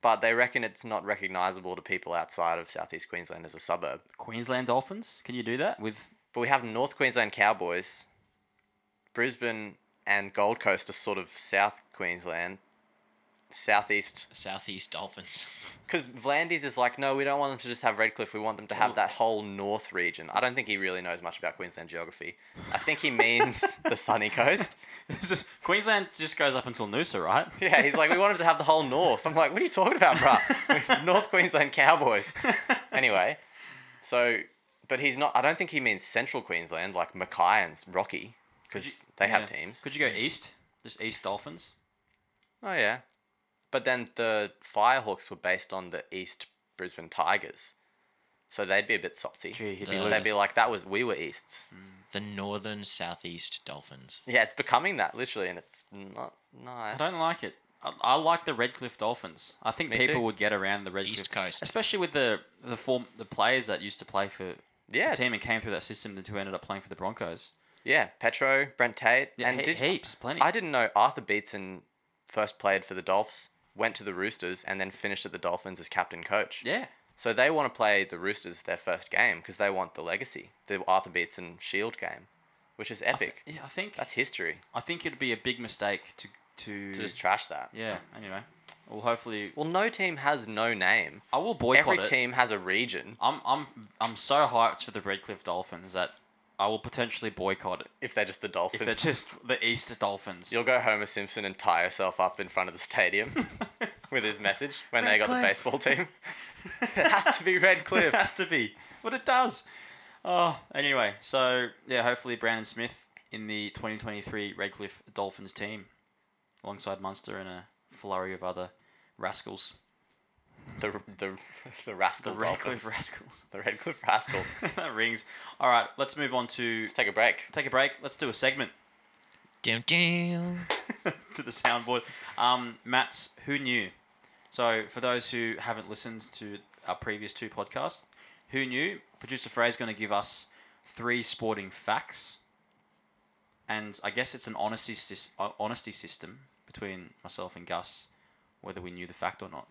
Speaker 3: But they reckon it's not recognizable to people outside of Southeast Queensland as a suburb.
Speaker 2: Queensland Dolphins. Can you do that with? *laughs*
Speaker 3: But we have North Queensland Cowboys, Brisbane and Gold Coast are sort of South Queensland, Southeast.
Speaker 4: Southeast Dolphins.
Speaker 3: Because Vlandis is like, no, we don't want them to just have Redcliffe. We want them to have that whole North region. I don't think he really knows much about Queensland geography. I think he means *laughs* the sunny coast.
Speaker 2: This is Queensland just goes up until Noosa, right?
Speaker 3: Yeah, he's like, we want him to have the whole North. I'm like, what are you talking about,
Speaker 2: *laughs*
Speaker 3: bruh? North Queensland Cowboys. Anyway, so, but he's not, I don't think he means Central Queensland, like Mackay and Rocky, because they have
Speaker 2: Yeah.
Speaker 3: teams.
Speaker 2: Could you go east? Just East Dolphins.
Speaker 3: Oh, yeah. But then the Firehawks were based on the East Brisbane Tigers. So they'd be a bit salty.
Speaker 2: Gee, he'd be Mm.
Speaker 4: Yeah.
Speaker 2: losing.
Speaker 3: They'd be like, that was, we were Easts.
Speaker 4: The Northern Southeast Dolphins.
Speaker 3: Yeah, it's becoming that, literally, and it's not nice.
Speaker 2: I don't like it. I, I like the Redcliffe Dolphins. I think
Speaker 3: Me
Speaker 2: people
Speaker 3: too.
Speaker 2: would get around the Redcliffe,
Speaker 4: Coast.
Speaker 2: especially with the the form the players that used to play for
Speaker 3: yeah,
Speaker 2: the team and came through that system and who ended up playing for the Broncos.
Speaker 3: yeah. Petro, Brent Tate,
Speaker 2: Yeah,
Speaker 3: and
Speaker 2: he-
Speaker 3: did,
Speaker 2: heaps, plenty.
Speaker 3: I didn't know Arthur Beetson first played for the Dolphs, went to the Roosters, and then finished at the Dolphins as captain coach.
Speaker 2: yeah,
Speaker 3: So they want to play the Roosters their first game because they want the legacy, the Arthur Beetson Shield game, which is
Speaker 2: I thi-
Speaker 3: epic.
Speaker 2: yeah, I think
Speaker 3: That's history
Speaker 2: I think it'd be a big mistake to to,
Speaker 3: to just trash that.
Speaker 2: yeah. Anyway, well, hopefully,
Speaker 3: Well, no team has no name.
Speaker 2: I will boycott
Speaker 3: Every
Speaker 2: it.
Speaker 3: team has a region.
Speaker 2: I'm I'm I'm so hyped for the Redcliffe Dolphins that I will potentially boycott it
Speaker 3: If they're just the Dolphins,
Speaker 2: if they're just the Easter Dolphins.
Speaker 3: *laughs* you'll go Homer Simpson and tie yourself up in front of the stadium
Speaker 2: *laughs*
Speaker 3: *laughs* with his message when they got the
Speaker 2: Redcliffe. *laughs*
Speaker 3: baseball team. it has to be Redcliffe.
Speaker 2: It has to be what it does. Oh, anyway, so yeah, hopefully Brandon Smith in the 2023 Redcliffe Dolphins team, alongside Munster and a flurry of other rascals.
Speaker 3: the the *laughs* the rascal
Speaker 2: The
Speaker 3: dolphins,
Speaker 2: Redcliffe rascals.
Speaker 3: the Redcliffe rascals.
Speaker 2: *laughs* that rings. All right, let's move on to
Speaker 3: Let's take a break.
Speaker 2: take a break. Let's do a segment
Speaker 4: Dum dum.
Speaker 2: to the soundboard. Um, Matt's Who Knew? So, for those who haven't listened to our previous two podcasts, Who Knew? Producer Frey's going to give us three sporting facts. And I guess it's an honesty, sys- uh, honesty system between myself and Gus whether we knew the fact or not.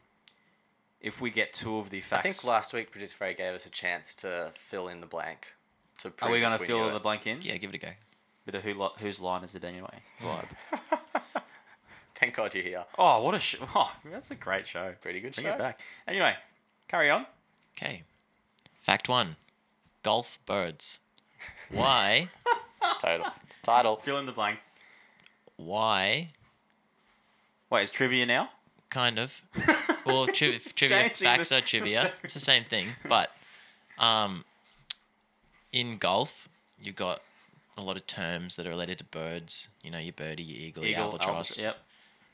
Speaker 2: If we get two of the
Speaker 3: I
Speaker 2: facts,
Speaker 3: think last week producer Frey gave us a chance to fill in the blank. To
Speaker 2: are we
Speaker 3: going to
Speaker 2: fill the
Speaker 3: blank?
Speaker 2: blank in?
Speaker 4: Yeah, give it a go.
Speaker 2: Bit of who li- whose line is it anyway? Vibe.
Speaker 3: Thank God you're here.
Speaker 2: oh, what a show! Oh, that's a great show.
Speaker 3: Pretty good
Speaker 2: Bring
Speaker 3: show.
Speaker 2: it back. Anyway, carry on.
Speaker 4: Okay. Fact one golf birds. Why?
Speaker 3: Total. Title.
Speaker 2: Fill in the blank.
Speaker 4: why?
Speaker 2: Wait, it's trivia now.
Speaker 4: Kind of. Well,
Speaker 2: *laughs*
Speaker 4: tri-
Speaker 2: It's
Speaker 4: trivia.
Speaker 2: changing
Speaker 4: Facts
Speaker 2: the- *laughs*
Speaker 4: are trivia. It's the same thing. But um, in golf, you've got a lot of terms that are related to birds. You know, your birdie, your eagle, your albatross.
Speaker 2: albatross, Yep.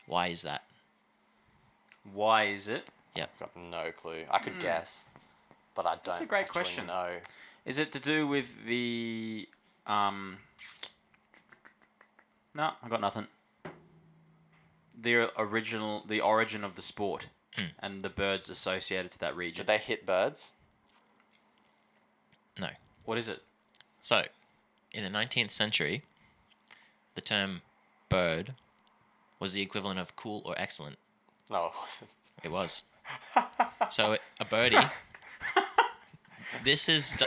Speaker 4: Why is that?
Speaker 2: Why is it?
Speaker 4: Yep.
Speaker 3: Got no clue. I could guess, but I don't.
Speaker 2: Hmm. a great
Speaker 3: actually
Speaker 2: question.
Speaker 3: know.
Speaker 2: Is it to do with the um? No, I got nothing. The original, the origin of the sport, and the birds associated to that region.
Speaker 3: Hmm. Did they hit birds?
Speaker 4: No.
Speaker 2: what is it?
Speaker 4: So, in the 19th century, the term bird was the equivalent of cool or excellent.
Speaker 3: No, it
Speaker 2: *laughs*
Speaker 3: wasn't.
Speaker 4: It was. So, a birdie. this is
Speaker 2: *laughs*
Speaker 4: d-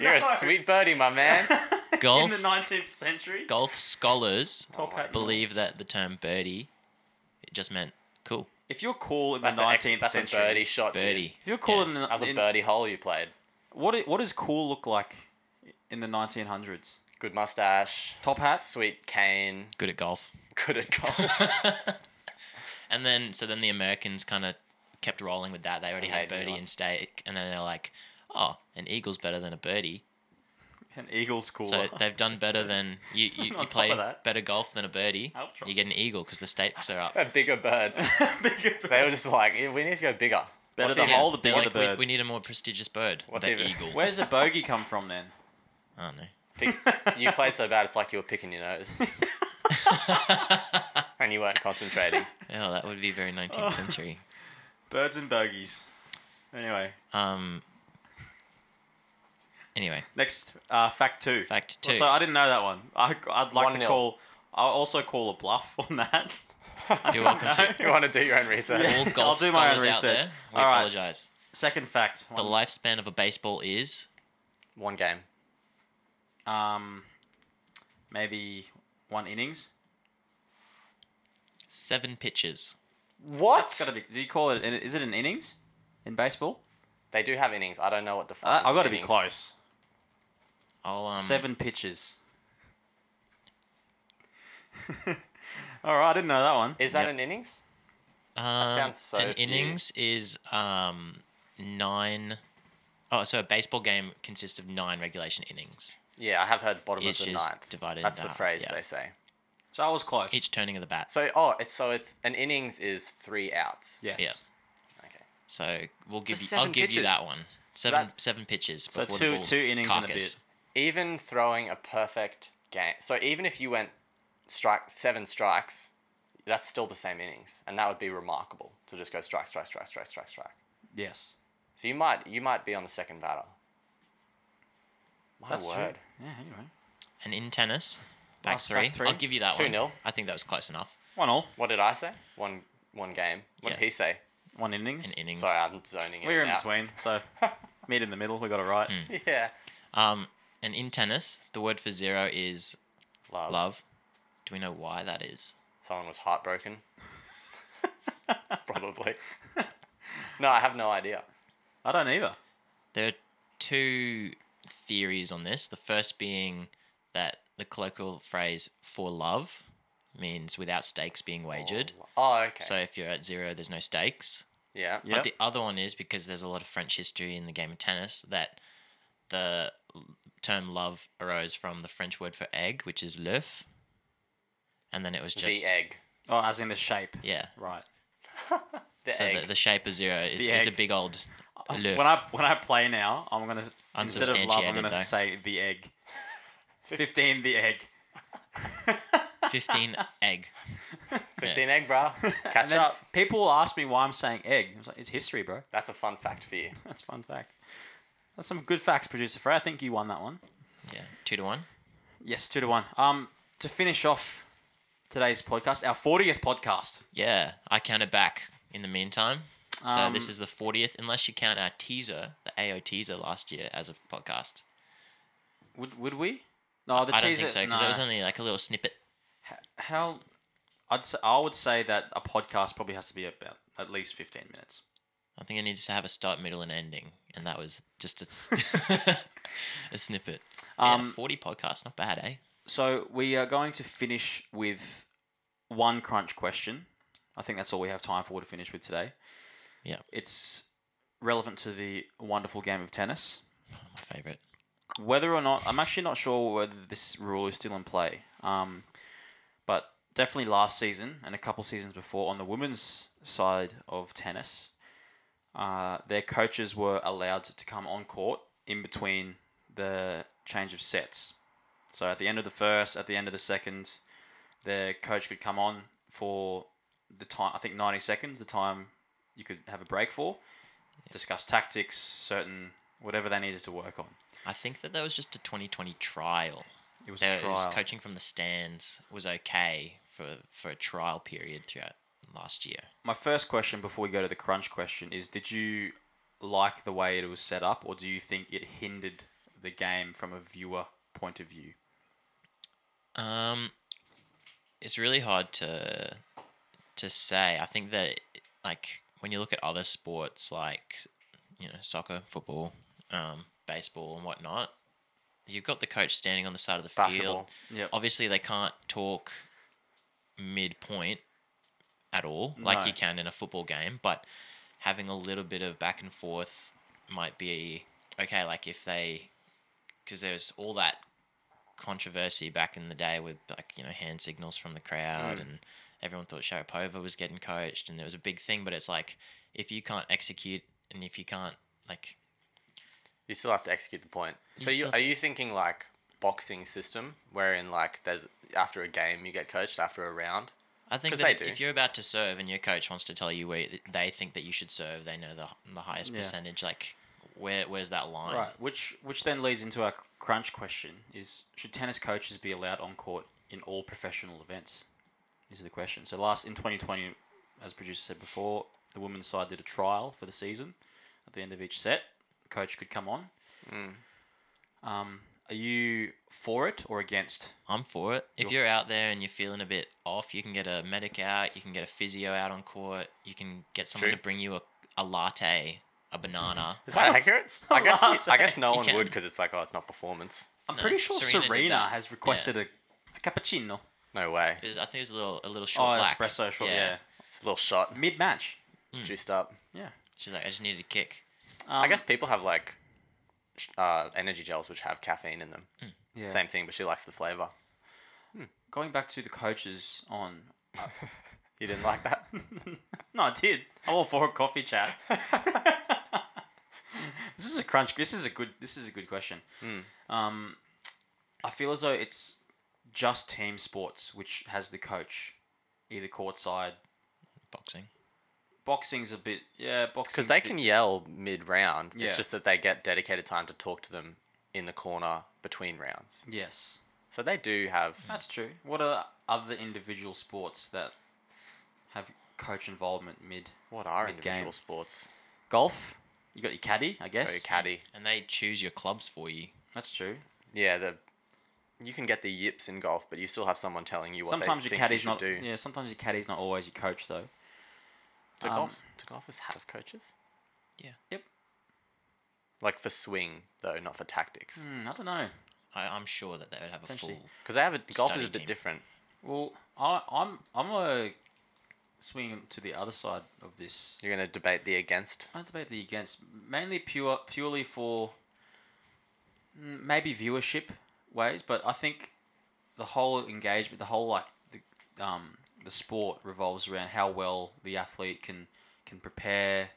Speaker 3: You're a sweet birdie, my man. Oh,
Speaker 4: golf.
Speaker 2: nineteenth century.
Speaker 4: golf scholars
Speaker 2: Top hat.
Speaker 4: believe that the term birdie it just meant cool
Speaker 2: If you're cool in
Speaker 3: That's
Speaker 2: the
Speaker 3: an ex-
Speaker 2: nineteenth
Speaker 3: that's
Speaker 2: century,
Speaker 3: a birdie shot, dude.
Speaker 4: birdie.
Speaker 2: if you're cool
Speaker 4: Yeah.
Speaker 2: in the
Speaker 3: That was a
Speaker 2: in-
Speaker 3: birdie hole you played.
Speaker 2: what i- what does cool look like in the nineteen hundreds?
Speaker 3: Good mustache,
Speaker 2: Top hats. *laughs*
Speaker 3: sweet cane, *laughs*
Speaker 4: good at golf.
Speaker 3: good at golf.
Speaker 4: And then so then the Americans kind of kept rolling with that. They already
Speaker 3: And
Speaker 4: had
Speaker 3: made new
Speaker 4: birdie and
Speaker 3: ones.
Speaker 4: stake, and then they're like, oh, an eagle's better than a birdie.
Speaker 2: An eagle's cooler.
Speaker 4: So they've done better than
Speaker 2: *laughs*
Speaker 4: you. You, you
Speaker 2: On top of
Speaker 4: play
Speaker 2: that-
Speaker 4: better golf than a birdie.
Speaker 2: Albatross.
Speaker 4: You get an eagle because the stakes are
Speaker 2: *laughs*
Speaker 4: up.
Speaker 3: a bigger bird.
Speaker 2: Bigger bird.
Speaker 3: They were just like, "Yeah, we need to go bigger.
Speaker 2: Better
Speaker 3: What's
Speaker 2: than
Speaker 3: even-
Speaker 2: whole- the
Speaker 4: they're
Speaker 2: bigger the
Speaker 4: we-
Speaker 2: bird.
Speaker 4: We, need a more prestigious bird.
Speaker 3: What's
Speaker 4: the
Speaker 3: even-
Speaker 4: eagle.
Speaker 2: *laughs* Where's the bogey come from then?
Speaker 4: Oh no. *laughs*
Speaker 3: big- You played so bad, it's like you were picking your nose *laughs* and you weren't
Speaker 4: *laughs*
Speaker 3: concentrating.
Speaker 4: Oh, that would be very 19th century.
Speaker 2: Birds and bogeys. Anyway,
Speaker 4: Um. Anyway,
Speaker 2: next uh, fact two.
Speaker 4: fact two.
Speaker 2: Well, so I didn't know that one. I, I'd like
Speaker 3: One
Speaker 2: to
Speaker 3: nil.
Speaker 2: call. I'll also call a bluff *laughs* on that.
Speaker 4: You're welcome to.
Speaker 3: *laughs* You want to do your own
Speaker 2: *laughs*
Speaker 3: research.
Speaker 2: Yeah.
Speaker 4: all
Speaker 2: I'll
Speaker 4: golf
Speaker 2: do my own
Speaker 4: scholars out
Speaker 2: research.
Speaker 4: there, we
Speaker 2: All right. Um,
Speaker 4: apologize.
Speaker 2: Second fact.
Speaker 4: The
Speaker 2: one-
Speaker 4: lifespan of a baseball is
Speaker 3: One game.
Speaker 2: um, maybe one innings.
Speaker 4: seven pitches.
Speaker 2: It's gotta
Speaker 3: What?
Speaker 2: be. Do you call it? an- Is it an innings in baseball?
Speaker 3: They do have innings. I don't know what
Speaker 4: Uh,
Speaker 3: defines.
Speaker 2: I, I got to be
Speaker 3: innings.
Speaker 2: close.
Speaker 4: I'll um,
Speaker 2: Seven pitches. *laughs* All right, I didn't know that one.
Speaker 3: Is that
Speaker 4: Yep.
Speaker 3: an innings?
Speaker 4: um,
Speaker 3: sounds so
Speaker 4: An
Speaker 3: few.
Speaker 4: innings is um nine oh so a baseball game consists of nine regulation innings.
Speaker 3: Yeah, I have heard bottom
Speaker 4: Each
Speaker 3: of the
Speaker 4: is
Speaker 3: ninth.
Speaker 4: divided
Speaker 3: That's
Speaker 4: into
Speaker 3: the
Speaker 4: half,
Speaker 3: phrase
Speaker 4: yeah.
Speaker 3: they say.
Speaker 2: So I was close.
Speaker 4: Each turning of the bat.
Speaker 3: So oh, it's so it's an innings is three outs.
Speaker 2: yes.
Speaker 4: Yeah.
Speaker 3: Okay.
Speaker 4: So we'll give
Speaker 3: Just
Speaker 4: you. I'll
Speaker 3: seven
Speaker 4: give you
Speaker 3: pitches.
Speaker 4: that one. Seven
Speaker 3: that-
Speaker 4: seven pitches.
Speaker 2: So
Speaker 4: before the
Speaker 2: two
Speaker 4: ball
Speaker 2: two innings and a
Speaker 4: carcass.
Speaker 2: bit.
Speaker 3: Even throwing a perfect game. So even if you went strike seven strikes, that's still the same innings, and that would be remarkable to just go strike, strike, strike, strike, strike, strike.
Speaker 2: Yes.
Speaker 3: So you might you might be on the second batter. My
Speaker 2: That's
Speaker 3: word.
Speaker 2: true. Yeah. Anyway,
Speaker 4: And in tennis, back
Speaker 2: Last
Speaker 4: three.
Speaker 2: fact three.
Speaker 4: I'll give you that
Speaker 3: Two
Speaker 4: one.
Speaker 3: nil.
Speaker 4: I think that was close enough.
Speaker 2: one all,
Speaker 3: What did I say? One one game. What
Speaker 4: Yeah.
Speaker 3: did he say?
Speaker 2: one innings.
Speaker 4: An innings.
Speaker 3: Sorry, I'm zoning it
Speaker 2: we were in
Speaker 3: out.
Speaker 2: between, *laughs* so meet in the middle. We got it right.
Speaker 3: *laughs*
Speaker 4: Hmm.
Speaker 3: Yeah.
Speaker 4: Um, and in tennis, the word for zero is
Speaker 3: Love.
Speaker 4: love. Do we know why that is?
Speaker 3: Someone was heartbroken.
Speaker 4: *laughs*
Speaker 3: Probably. *laughs* no, I have no idea.
Speaker 2: I don't either.
Speaker 4: There are two theories on this. The first being that the colloquial phrase for love means without stakes being wagered.
Speaker 3: Oh, okay.
Speaker 4: So if you're at zero, there's no stakes.
Speaker 3: yeah.
Speaker 2: Yeah.
Speaker 4: But the other one is because there's a lot of French history in the game of tennis that the l- term love arose from the French word for egg, which is l'œuf. And then it was just
Speaker 3: the egg.
Speaker 2: Oh, as in the shape.
Speaker 4: yeah.
Speaker 2: Right.
Speaker 3: The
Speaker 4: So
Speaker 3: egg.
Speaker 4: the, the shape of zero is,
Speaker 2: The
Speaker 4: is a
Speaker 2: egg.
Speaker 4: big old l'œuf.
Speaker 2: When I when I play now, I'm gonna s- instead of love, I'm
Speaker 4: Unsubstantiated,
Speaker 2: gonna
Speaker 4: though.
Speaker 2: say the egg. Fifteen, the egg. *laughs*
Speaker 4: 15 egg.
Speaker 3: 15 egg, bro. Catch
Speaker 2: And then
Speaker 3: up.
Speaker 2: people ask me why I'm saying egg. I was like, it's history, bro. *laughs*
Speaker 3: That's a fun fact for you.
Speaker 2: That's a fun fact. That's some good facts, producer Frey. I think you won that one.
Speaker 4: Yeah. Two to one.
Speaker 2: Yes, two to one. Um, to finish off today's podcast, our fortieth podcast.
Speaker 4: Yeah, I counted back in the meantime. So this
Speaker 2: Um,
Speaker 4: is the 40th, unless you count our teaser, the AO teaser last year as a podcast.
Speaker 2: Would would we? No, the
Speaker 4: I don't
Speaker 2: teaser.
Speaker 4: think so because
Speaker 2: no.
Speaker 4: it was only like a little snippet.
Speaker 2: How? I'd say, I would say that a podcast probably has to be about at least fifteen minutes.
Speaker 4: I think it needs to have a start, middle, and ending, and that was just a, s-
Speaker 2: *laughs*
Speaker 4: *laughs* a snippet.
Speaker 2: Um,
Speaker 4: yeah, forty podcasts, not bad, eh?
Speaker 2: So we are going to finish with one crunch question. I think that's all we have time for to finish with today.
Speaker 4: Yeah.
Speaker 2: It's relevant to the wonderful game of tennis.
Speaker 4: Oh, my favorite.
Speaker 2: Whether or not I'm actually not sure whether this rule is still in play. Um, but definitely last season and a couple seasons before on the women's side of tennis, uh, their coaches were allowed to come on court in between the change of sets. So at the end of the first, at the end of the second, their coach could come on for the time. I think ninety seconds, the time you could have a break for, discuss tactics, certain whatever they needed to work on.
Speaker 4: I think that that was just a 2020 trial.
Speaker 2: It was
Speaker 4: There-
Speaker 2: a
Speaker 4: it
Speaker 2: trial.
Speaker 4: was coaching from the stands was okay for for a trial period throughout last year.
Speaker 2: My first question before we go to the crunch question is Did you like the way it was set up, or do you think it hindered the game from a viewer point of view?
Speaker 4: Um, it's really hard to to say. I think that like when you look at other sports like you know soccer, football, um, baseball, and whatnot, you've got the coach standing on the side of the field.
Speaker 3: Basketball.
Speaker 2: Yeah.
Speaker 4: Obviously, they can't talk midpoint at all, like
Speaker 2: No.
Speaker 4: you can in a football game. But having a little bit of back and forth might be okay. Like if they, because there's all that controversy back in the day with like you know hand signals from the crowd and everyone thought Sharapova was getting coached and it was a big thing but it's like if you can't execute and if you can't like
Speaker 3: You still have to execute the point. So you
Speaker 4: still
Speaker 3: are you thinking like boxing system, wherein like there's after a game you get coached after a round.
Speaker 4: I think
Speaker 3: 'Cause
Speaker 4: that
Speaker 3: they do.
Speaker 4: if you're about to serve and your coach wants to tell you where they think that you should serve they know the the highest
Speaker 2: Yeah.
Speaker 4: percentage like where where's that line
Speaker 2: Right. Which, which then leads into our crunch question is Should tennis coaches be allowed on court in all professional events? Is the question. So, last in 2020, as producer said before, the women's side did a trial for the season. At the end of each set, the coach could come on. Um, are you for it or against?
Speaker 4: I'm for it. If
Speaker 2: You're-
Speaker 4: you're out there and you're feeling a bit off, you can get a medic out, you can get a physio out on court, you can get someone
Speaker 3: True.
Speaker 4: to bring you a, a latte,
Speaker 2: *laughs*
Speaker 4: a banana.
Speaker 3: Is that accurate? I guess I guess no
Speaker 4: You
Speaker 3: one would
Speaker 4: can.
Speaker 3: because it's like oh it's not performance.
Speaker 2: I'm
Speaker 4: No,
Speaker 2: pretty sure
Speaker 4: Serena
Speaker 2: Serena,
Speaker 4: did that.
Speaker 2: has requested a, a cappuccino.
Speaker 3: No way.
Speaker 4: It was- I think it was a little a little
Speaker 2: Oh,
Speaker 4: short black.
Speaker 2: espresso short, yeah.
Speaker 3: It's a little shot,
Speaker 2: Mid match.
Speaker 3: juiced up.
Speaker 2: Yeah.
Speaker 4: She's like, I just needed a kick.
Speaker 2: Um,
Speaker 3: I guess people have like sh- uh, energy gels which have caffeine in them.
Speaker 2: yeah.
Speaker 3: Same thing, but she likes the flavor.
Speaker 2: Going back to the coaches on.
Speaker 3: You didn't
Speaker 2: *laughs*
Speaker 3: like that? *laughs*
Speaker 2: No, I did. I'm all for a coffee chat. this is a crunch. This is a good. This is a good question. Um, I feel as though it's just team sports which has the coach, either courtside.
Speaker 4: Boxing.
Speaker 2: Boxing's a bit. Yeah, boxing.
Speaker 3: Because they can yell mid round.
Speaker 2: Yeah.
Speaker 3: It's just that they get dedicated time to talk to them in the corner between rounds.
Speaker 2: Yes.
Speaker 3: So they do have.
Speaker 2: That's true. What are other individual sports that have coach involvement mid?
Speaker 3: What are
Speaker 2: Mid-game.
Speaker 3: individual sports?
Speaker 2: Golf. You got your caddy, I guess.
Speaker 3: Or your caddy.
Speaker 4: And they choose your clubs for you.
Speaker 2: That's true.
Speaker 3: Yeah, the you can get the yips in golf, but you still have someone telling you what
Speaker 2: sometimes
Speaker 3: they
Speaker 2: your
Speaker 3: think
Speaker 2: caddy's
Speaker 3: you should
Speaker 2: not.
Speaker 3: do.
Speaker 2: Yeah, sometimes your caddy's not always your coach though.
Speaker 3: Do
Speaker 2: um,
Speaker 3: golf do golfers have coaches?
Speaker 4: Yeah.
Speaker 2: Yep.
Speaker 3: Like for swing though, not for tactics.
Speaker 2: Hmm, I don't know.
Speaker 4: I, I'm sure that they would have a
Speaker 2: Potentially.
Speaker 4: full.
Speaker 3: Because they have a golf is
Speaker 4: Study
Speaker 3: a bit
Speaker 4: team.
Speaker 3: different.
Speaker 2: Well, I, I'm I'm a swinging to the other side of this.
Speaker 3: You're gonna debate the against.
Speaker 2: I debate the against mainly pure purely for mm, maybe viewership ways, but I think the whole engagement, the whole like the um the sport revolves around how well the athlete can can prepare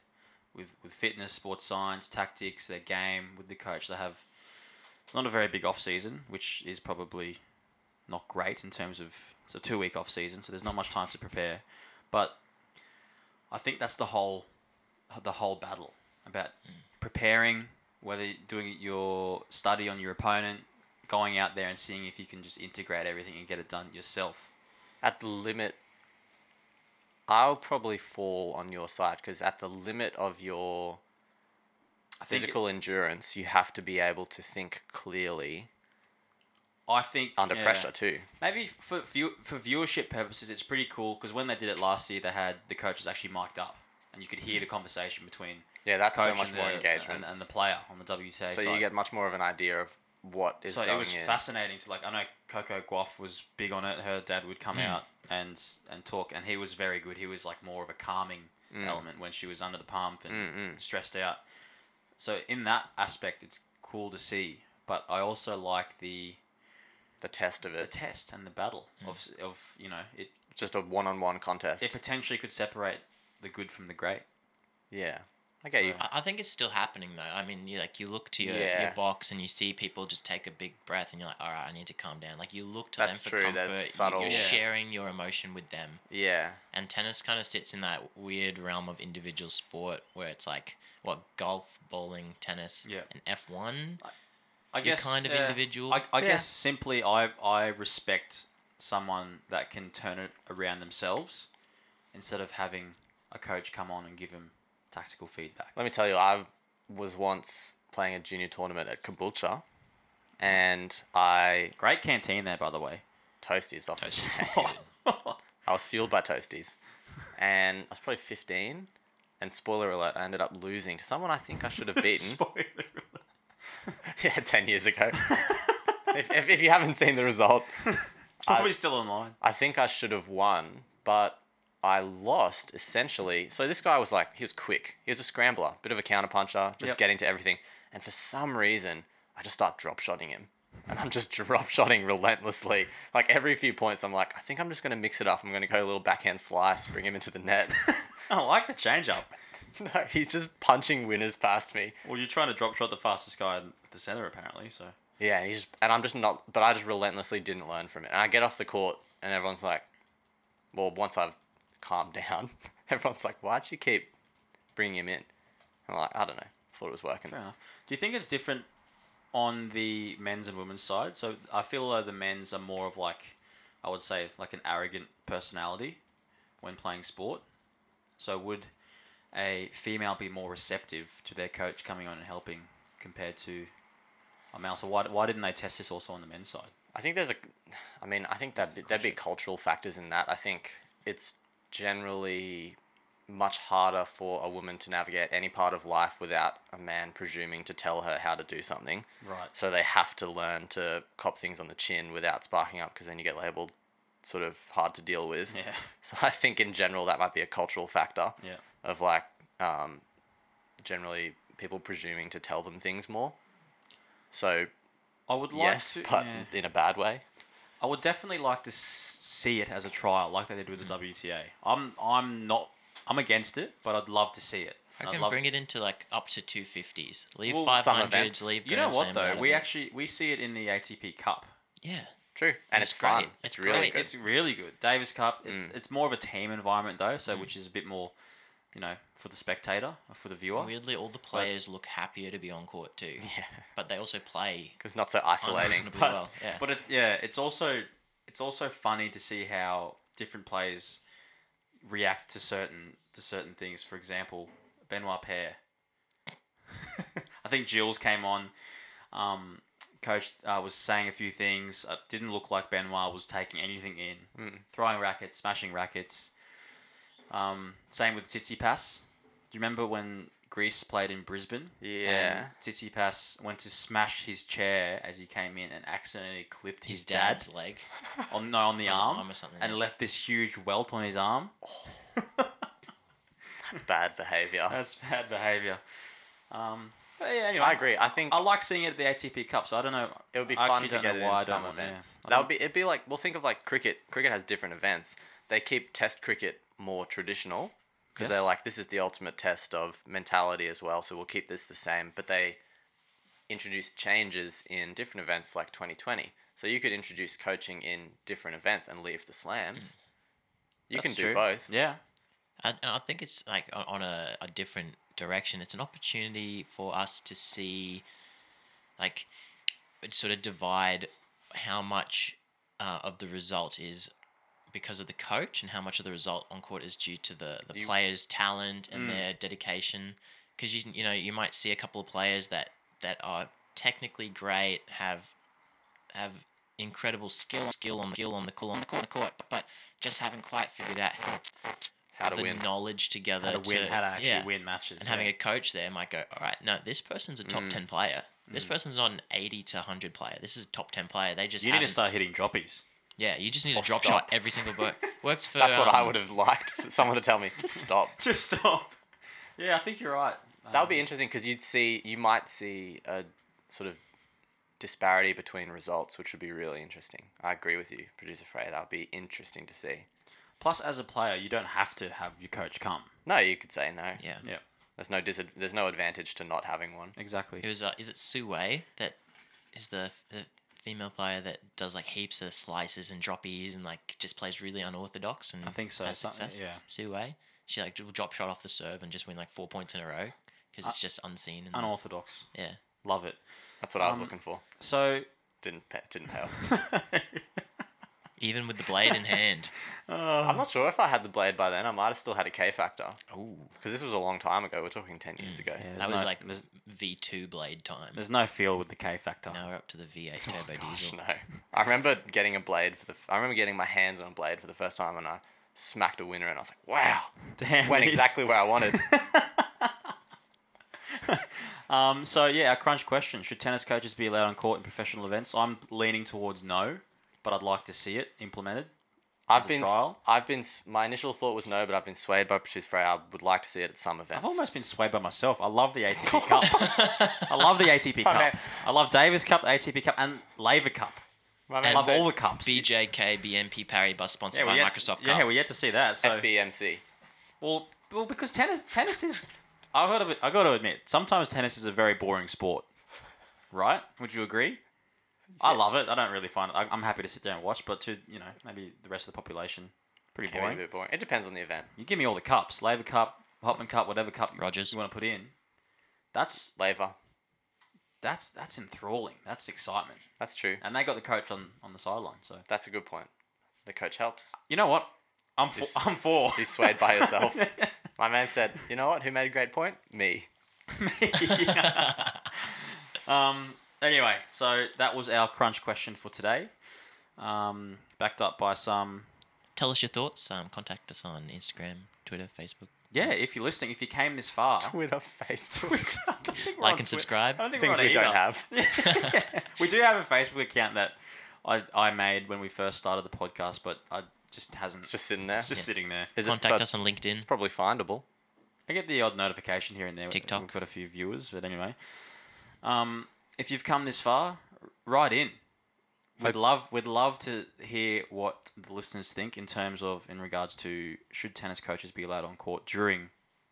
Speaker 2: with with fitness, sports science, tactics, their game with the coach. They have it's not a very big off season, which is probably not great in terms of it's a two week off season, so there's not much time to prepare, but I think that's the whole the whole battle about preparing, whether you're doing your study on your opponent, going out there and seeing if you can just integrate everything and get it done yourself.
Speaker 3: at the limit i'll probably fall on your side because at the limit of your
Speaker 2: I think it-
Speaker 3: physical endurance you have to be able to think clearly
Speaker 2: I think
Speaker 3: under
Speaker 2: yeah.
Speaker 3: pressure too.
Speaker 2: Maybe for view, for viewership purposes, it's pretty cool because when they did it last year, they had the coaches actually mic'd up, and you could hear the conversation between
Speaker 3: Yeah, Mm. that's so
Speaker 2: coach
Speaker 3: much
Speaker 2: and
Speaker 3: more
Speaker 2: the- uh,
Speaker 3: engagement.
Speaker 2: and, and the player on the WTA.
Speaker 3: so
Speaker 2: side.
Speaker 3: you get much more of an idea of what is
Speaker 2: so
Speaker 3: going
Speaker 2: it was
Speaker 3: in.
Speaker 2: fascinating to like. I know Coco Guaf was big on it. Her dad would
Speaker 3: Hmm.
Speaker 2: come
Speaker 4: Mm.
Speaker 2: out and and talk, and he was very good. He was like more of a calming
Speaker 3: Hmm.
Speaker 2: element when she was under the pump and
Speaker 3: Mm, mm.
Speaker 2: stressed out. So in that aspect, it's cool to see. But I also like the
Speaker 3: the test of
Speaker 2: the
Speaker 3: it.
Speaker 2: test and the battle
Speaker 3: Hmm.
Speaker 2: of s- of you know it.
Speaker 3: Just a one-on-one contest.
Speaker 2: It potentially could separate the good from the great.
Speaker 3: yeah, I get you.
Speaker 4: I, I think it's still happening though. I mean, you like you look to your, your
Speaker 3: Yeah.
Speaker 4: box and you see people just take a big breath, and you're like, all right, I need to calm down. Like you look to
Speaker 3: That's
Speaker 4: them for
Speaker 3: true,
Speaker 4: comfort.
Speaker 3: there's
Speaker 4: you-
Speaker 3: subtle-
Speaker 4: You're
Speaker 2: Yeah.
Speaker 4: sharing your emotion with them,
Speaker 3: Yeah,
Speaker 4: and tennis kind of sits in that weird realm of individual sport where it's like what golf, bowling, tennis,
Speaker 2: Yeah.
Speaker 4: and F one.
Speaker 2: I
Speaker 4: You're
Speaker 2: guess
Speaker 4: kind of
Speaker 2: yeah,
Speaker 4: individual.
Speaker 2: I, I
Speaker 3: Yeah.
Speaker 2: guess simply I I respect someone that can turn it around themselves instead of having a coach come on and give them tactical feedback.
Speaker 3: Let me tell you, I was once playing a junior tournament at Caboolture, and I
Speaker 2: Great canteen there, by the *laughs* way.
Speaker 3: toasties off
Speaker 4: Toasties.
Speaker 3: *laughs* the chain. I was fueled by toasties, and I was probably fifteen. And spoiler alert, I ended up losing to someone I think I should
Speaker 2: *laughs*
Speaker 3: have beaten. *laughs* yeah, ten years ago. *laughs* if, if, if you haven't seen the result,
Speaker 2: Probably still online.
Speaker 3: I think I should have won, but I lost essentially. So this guy was like, he was quick. He was a scrambler, bit of a counterpuncher, just
Speaker 2: Yep.
Speaker 3: getting to everything. And for some reason, I just start drop shotting him. *laughs* And I'm just drop shotting relentlessly. Like every few points, I'm like, I think I'm just going to mix it up. I'm going to go a little backhand slice, bring him into the net. *laughs*
Speaker 2: I like the change up.
Speaker 3: no, he's just punching winners past me.
Speaker 2: Well, you're trying to drop shot the fastest guy in the center, apparently. So
Speaker 3: Yeah, and he's and I'm just not, but I just relentlessly didn't learn from it. And I get off the court, and everyone's like, "Well, once I've calmed *laughs* down, everyone's like, why'd you keep bringing him in?" I'm like, "I don't know. thought it was working."
Speaker 2: fair enough. Do you think it's different on the men's and women's side? So I feel like the men's are more of like, I would say like an arrogant personality when playing sport. So would a female be more receptive to their coach coming on and helping compared to a male? So why, why didn't they test this also on the men's side?
Speaker 3: I think there's a, I mean, I think that
Speaker 2: the
Speaker 3: there'd be
Speaker 2: question.
Speaker 3: cultural factors in that. I think it's generally much harder for a woman to navigate any part of life without a man presuming to tell her how to do something.
Speaker 2: Right.
Speaker 3: So they have to learn to cop things on the chin without sparking up because then you get labeled sort of hard to deal with.
Speaker 2: Yeah.
Speaker 3: *laughs* So I think in general that might be a cultural factor
Speaker 2: Yeah.
Speaker 3: of like um, generally people presuming to tell them things more. So
Speaker 2: I would like
Speaker 3: yes,
Speaker 2: to,
Speaker 3: but
Speaker 2: yeah.
Speaker 3: in a bad way.
Speaker 2: I would definitely like to s- see it as a trial, like they did with the WTA. I'm I'm not I'm against it, but I'd love to see it.
Speaker 4: I
Speaker 2: I'd
Speaker 4: can
Speaker 2: love
Speaker 4: bring
Speaker 2: to-
Speaker 4: it into like up to two fifties. Leave
Speaker 2: Well,
Speaker 4: five
Speaker 3: some
Speaker 4: hundreds.
Speaker 3: events-
Speaker 4: Leave.
Speaker 2: You know
Speaker 4: Grand
Speaker 2: what
Speaker 4: Slams out
Speaker 2: though?
Speaker 4: of
Speaker 2: We
Speaker 4: it.
Speaker 2: actually we see it in the ATP Cup.
Speaker 4: yeah.
Speaker 3: True. And it's,
Speaker 4: It's
Speaker 3: fun.
Speaker 4: great.
Speaker 3: It's,
Speaker 4: It's
Speaker 3: really
Speaker 4: great.
Speaker 3: good. Mm.
Speaker 2: It's really good. Davis Cup. It's it's more of a team environment though, so which is a bit more, you know, for the spectator or for the viewer.
Speaker 4: Weirdly, all the players look happier to be on court too.
Speaker 3: *laughs* yeah.
Speaker 4: But they also play
Speaker 3: Because not so isolating.
Speaker 4: unreasonably
Speaker 3: But
Speaker 4: well. Yeah.
Speaker 2: But it's yeah, it's also it's also funny to see how different players react to certain to certain things. For example, Benoit Paire. *laughs* I think Jules came on. Um, coach uh, was saying a few things. It didn't look like Benoit was taking anything in, throwing rackets, smashing rackets. Um, same with Tsitsipas. Do you remember when Greece played in Brisbane?
Speaker 3: Yeah.
Speaker 2: And Tsitsipas went to smash his chair as he came in and accidentally clipped his,
Speaker 4: his
Speaker 2: dad
Speaker 4: dad's leg.
Speaker 2: on no on the arm,
Speaker 4: arm or something,
Speaker 2: and
Speaker 4: yeah.
Speaker 2: left this huge welt on his arm.
Speaker 3: That's bad behavior.
Speaker 2: That's bad behavior. Um, but yeah, anyway,
Speaker 3: I agree. I think
Speaker 2: I like seeing it at the ATP Cup, so I don't know.
Speaker 3: it would be
Speaker 2: I
Speaker 3: fun
Speaker 2: actually
Speaker 3: to
Speaker 2: don't
Speaker 3: get
Speaker 2: know
Speaker 3: it
Speaker 2: why I don't
Speaker 3: in some
Speaker 2: want- yeah.
Speaker 3: events.
Speaker 2: I
Speaker 3: That
Speaker 2: don't-
Speaker 3: would be. It'd be like well, think of like cricket. Cricket has different events. They keep Test cricket more traditional because they're
Speaker 2: Yes.
Speaker 3: like this is the ultimate test of mentality as well. So we'll keep this the same, but they introduce changes in different events like 2020. So you could introduce coaching in different events and leave the slams. You
Speaker 2: That's
Speaker 3: can do
Speaker 2: true.
Speaker 3: both.
Speaker 2: Yeah.
Speaker 4: I, and I think it's like on, on a, a different direction. It's an opportunity for us to see, like, it sort of divide how much uh, of the result is because of the coach and how much of the result on court is due to the, the
Speaker 3: You-
Speaker 4: players' talent and their dedication. Because you you know you might see a couple of players that that are technically great have have incredible skill, skill on the skill on the court, on the court, on the court, but just haven't quite figured out how
Speaker 3: How to
Speaker 4: the
Speaker 3: win.
Speaker 4: knowledge together
Speaker 5: How to win, how to actually
Speaker 4: yeah.
Speaker 5: win matches.
Speaker 4: And having
Speaker 5: yeah.
Speaker 4: a coach there might go, all right, no, this person's a top ten player. This person's not an eighty to hundred player. This is a top ten player. They just
Speaker 2: You need to
Speaker 4: haven't-
Speaker 2: start hitting droppies. *laughs*
Speaker 4: Yeah, you just need
Speaker 3: Or
Speaker 4: a drop
Speaker 3: stop.
Speaker 4: shot every single book. Works for.
Speaker 3: That's what I
Speaker 4: um,
Speaker 3: would have *laughs* liked someone to
Speaker 2: *laughs*
Speaker 3: tell me. Just stop.
Speaker 2: Just stop. Yeah, I think you're right. Um,
Speaker 3: That would be interesting because you'd see, you might see a sort of disparity between results, which would be really interesting. I agree with you, producer Frey. That would be interesting to see.
Speaker 2: Plus, as a player, you don't have to have your coach come.
Speaker 3: No, you could say no.
Speaker 4: Yeah.
Speaker 2: Yeah,
Speaker 3: There's no disad- There's no advantage to not having one.
Speaker 2: exactly.
Speaker 4: It was. Uh, is it Sue Wei that is the the female player that does like heaps of slices and droppies and like just plays really unorthodox and
Speaker 2: I think so,
Speaker 4: Has
Speaker 2: some-
Speaker 4: success.
Speaker 2: yeah.
Speaker 4: Sue Wei. She like will drop shot off the serve and just win like four points in a row because it's just unseen. And
Speaker 2: Unorthodox.
Speaker 4: yeah.
Speaker 2: Love it.
Speaker 3: That's what I was
Speaker 2: Um,
Speaker 3: looking for.
Speaker 4: *laughs*
Speaker 2: So,
Speaker 3: Didn't pay, didn't pay off.
Speaker 2: *laughs*
Speaker 4: Even with the blade in hand.
Speaker 2: um,
Speaker 3: I'm not sure if I had the blade by then. I might have still had a K factor
Speaker 4: Oh.
Speaker 3: because this was a long time ago. We're talking ten years ago.
Speaker 2: Mm,
Speaker 3: *laughs*
Speaker 2: yeah,
Speaker 4: That
Speaker 2: there's
Speaker 4: was
Speaker 2: no-
Speaker 4: like
Speaker 2: there's,
Speaker 4: V two blade time.
Speaker 2: there's Oh, no feel with the K factor.
Speaker 4: Now we're up to the V eight turbo
Speaker 3: Gosh,
Speaker 4: diesel.
Speaker 3: no. I remember getting a blade for the. F- I remember getting my hands on a blade for the first time, and I smacked a winner, and I was like, "Wow!"
Speaker 2: *laughs* *laughs* Damn.
Speaker 3: Went
Speaker 2: these-
Speaker 3: exactly where
Speaker 2: *laughs*
Speaker 3: I wanted.
Speaker 2: Um, so yeah, our crunch question: Should tennis coaches be allowed on court in professional events? I'm leaning towards no, but I'd like to see it implemented.
Speaker 3: I've
Speaker 2: a
Speaker 3: been. s-
Speaker 2: trial?
Speaker 3: I've been. s- My initial thought was no, but I've been swayed by Patrice Frey. I would like to see it at some events.
Speaker 2: I've almost been swayed by myself. I love the ATP
Speaker 4: *laughs*
Speaker 2: Cup. I love the ATP Cup.
Speaker 3: man.
Speaker 2: I love Davis Cup, the ATP Cup, and Laver Cup.
Speaker 3: My
Speaker 2: I
Speaker 3: man
Speaker 2: love
Speaker 3: said
Speaker 2: all the cups.
Speaker 4: BJK BMP Paribas sponsored
Speaker 2: Yeah,
Speaker 4: by
Speaker 2: we yet,
Speaker 4: Microsoft.
Speaker 2: yeah,
Speaker 4: Cup.
Speaker 2: we *laughs* yet to see that. So,
Speaker 3: SBMC.
Speaker 2: well, well, because tennis, tennis is. I got to, I got to admit, sometimes tennis is a very boring sport, right? Would you agree? I love it. I don't really find it. I, I'm happy to sit there and watch, but to you know, maybe the rest of the population, pretty
Speaker 3: Can be a
Speaker 2: boring.
Speaker 3: bit boring. It depends on the event.
Speaker 2: You give me all the cups, Labour Cup, Hopman Cup, whatever cup you-
Speaker 4: Rogers.
Speaker 2: you want to put in. That's
Speaker 3: Lever.
Speaker 2: that's that's enthralling. That's excitement.
Speaker 3: That's true.
Speaker 2: And they got the coach on, on the sideline. So
Speaker 3: That's a good point. The coach helps.
Speaker 2: you know what? I'm for,
Speaker 3: This-
Speaker 2: *laughs* I'm for.
Speaker 3: You swayed by
Speaker 2: *laughs*
Speaker 3: yourself. My man said, "You know what? Who made a great point? Me."
Speaker 2: um. Anyway, so that was our crunch question for today. Um, backed up by some.
Speaker 4: *laughs* Tell us your thoughts. Um, contact us on Instagram, Twitter, Facebook.
Speaker 2: Yeah, if you're listening, if you came this *laughs* far,
Speaker 3: Twitter, Facebook,
Speaker 2: I don't think we're
Speaker 4: Like
Speaker 2: on
Speaker 4: and
Speaker 2: Twi-
Speaker 4: subscribe.
Speaker 2: I don't think
Speaker 3: things
Speaker 2: we're on
Speaker 3: we don't
Speaker 2: either.
Speaker 3: have.
Speaker 2: *laughs* we do have a Facebook account that I, I made when we first started the podcast, but I just hasn't.
Speaker 3: *laughs* It's just sitting there.
Speaker 2: it's just sitting there.
Speaker 3: Is it-
Speaker 4: Contact
Speaker 3: so
Speaker 4: us on LinkedIn.
Speaker 3: It's probably findable.
Speaker 2: I get the odd notification here and there.
Speaker 4: TikTok.
Speaker 2: We've got a few viewers, but anyway, um, if you've come this far, write in. We'd
Speaker 3: Hope-
Speaker 2: love we'd love to hear what the listeners think in terms of in regards to should tennis coaches be allowed on court during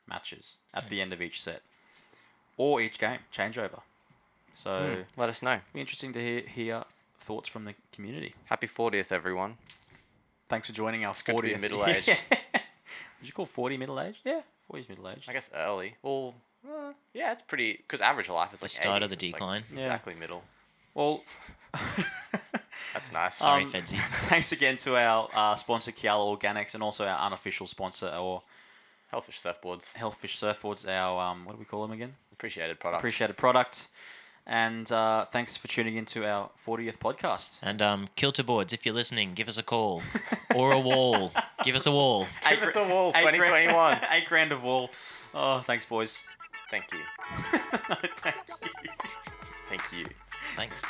Speaker 2: matches at the end of each set or each game changeover. So it'd
Speaker 3: Mm. Let us know.
Speaker 2: be interesting to hear, hear thoughts from the community.
Speaker 3: Happy 40th, everyone.
Speaker 2: Thanks for joining our
Speaker 3: good to
Speaker 2: 40
Speaker 3: be middle-aged.
Speaker 2: *laughs* Would you call 40 middle aged? Yeah, 40 is middle aged.
Speaker 3: I guess early. Well, uh, yeah, it's pretty. Because average life is like
Speaker 4: start of
Speaker 3: 80s,
Speaker 4: the
Speaker 3: it's like-
Speaker 4: decline.
Speaker 3: it's
Speaker 2: Yeah.
Speaker 3: exactly middle.
Speaker 2: Well,
Speaker 3: That's nice.
Speaker 4: Sorry,
Speaker 2: um,
Speaker 4: Fedsy.
Speaker 2: *laughs* thanks again to our uh, sponsor, Kiala Organics, and also our unofficial sponsor, or
Speaker 3: Healthish surfboards.
Speaker 2: Healthfish Surfboards, our, um, what do we call them again?
Speaker 3: Appreciated product.
Speaker 2: Appreciated product. And uh, thanks for tuning in to our 40th podcast.
Speaker 4: And um, Kilter Boards, if you're listening, give us
Speaker 2: *laughs*
Speaker 4: a call or a wall. give us a wall.
Speaker 3: Give us a wall,
Speaker 2: eight grand-
Speaker 3: 2021.
Speaker 2: *laughs* eight grand of wall. Oh, thanks, boys. *laughs*
Speaker 3: Thank you.
Speaker 2: Thank you.
Speaker 3: Thank you.
Speaker 4: Thanks.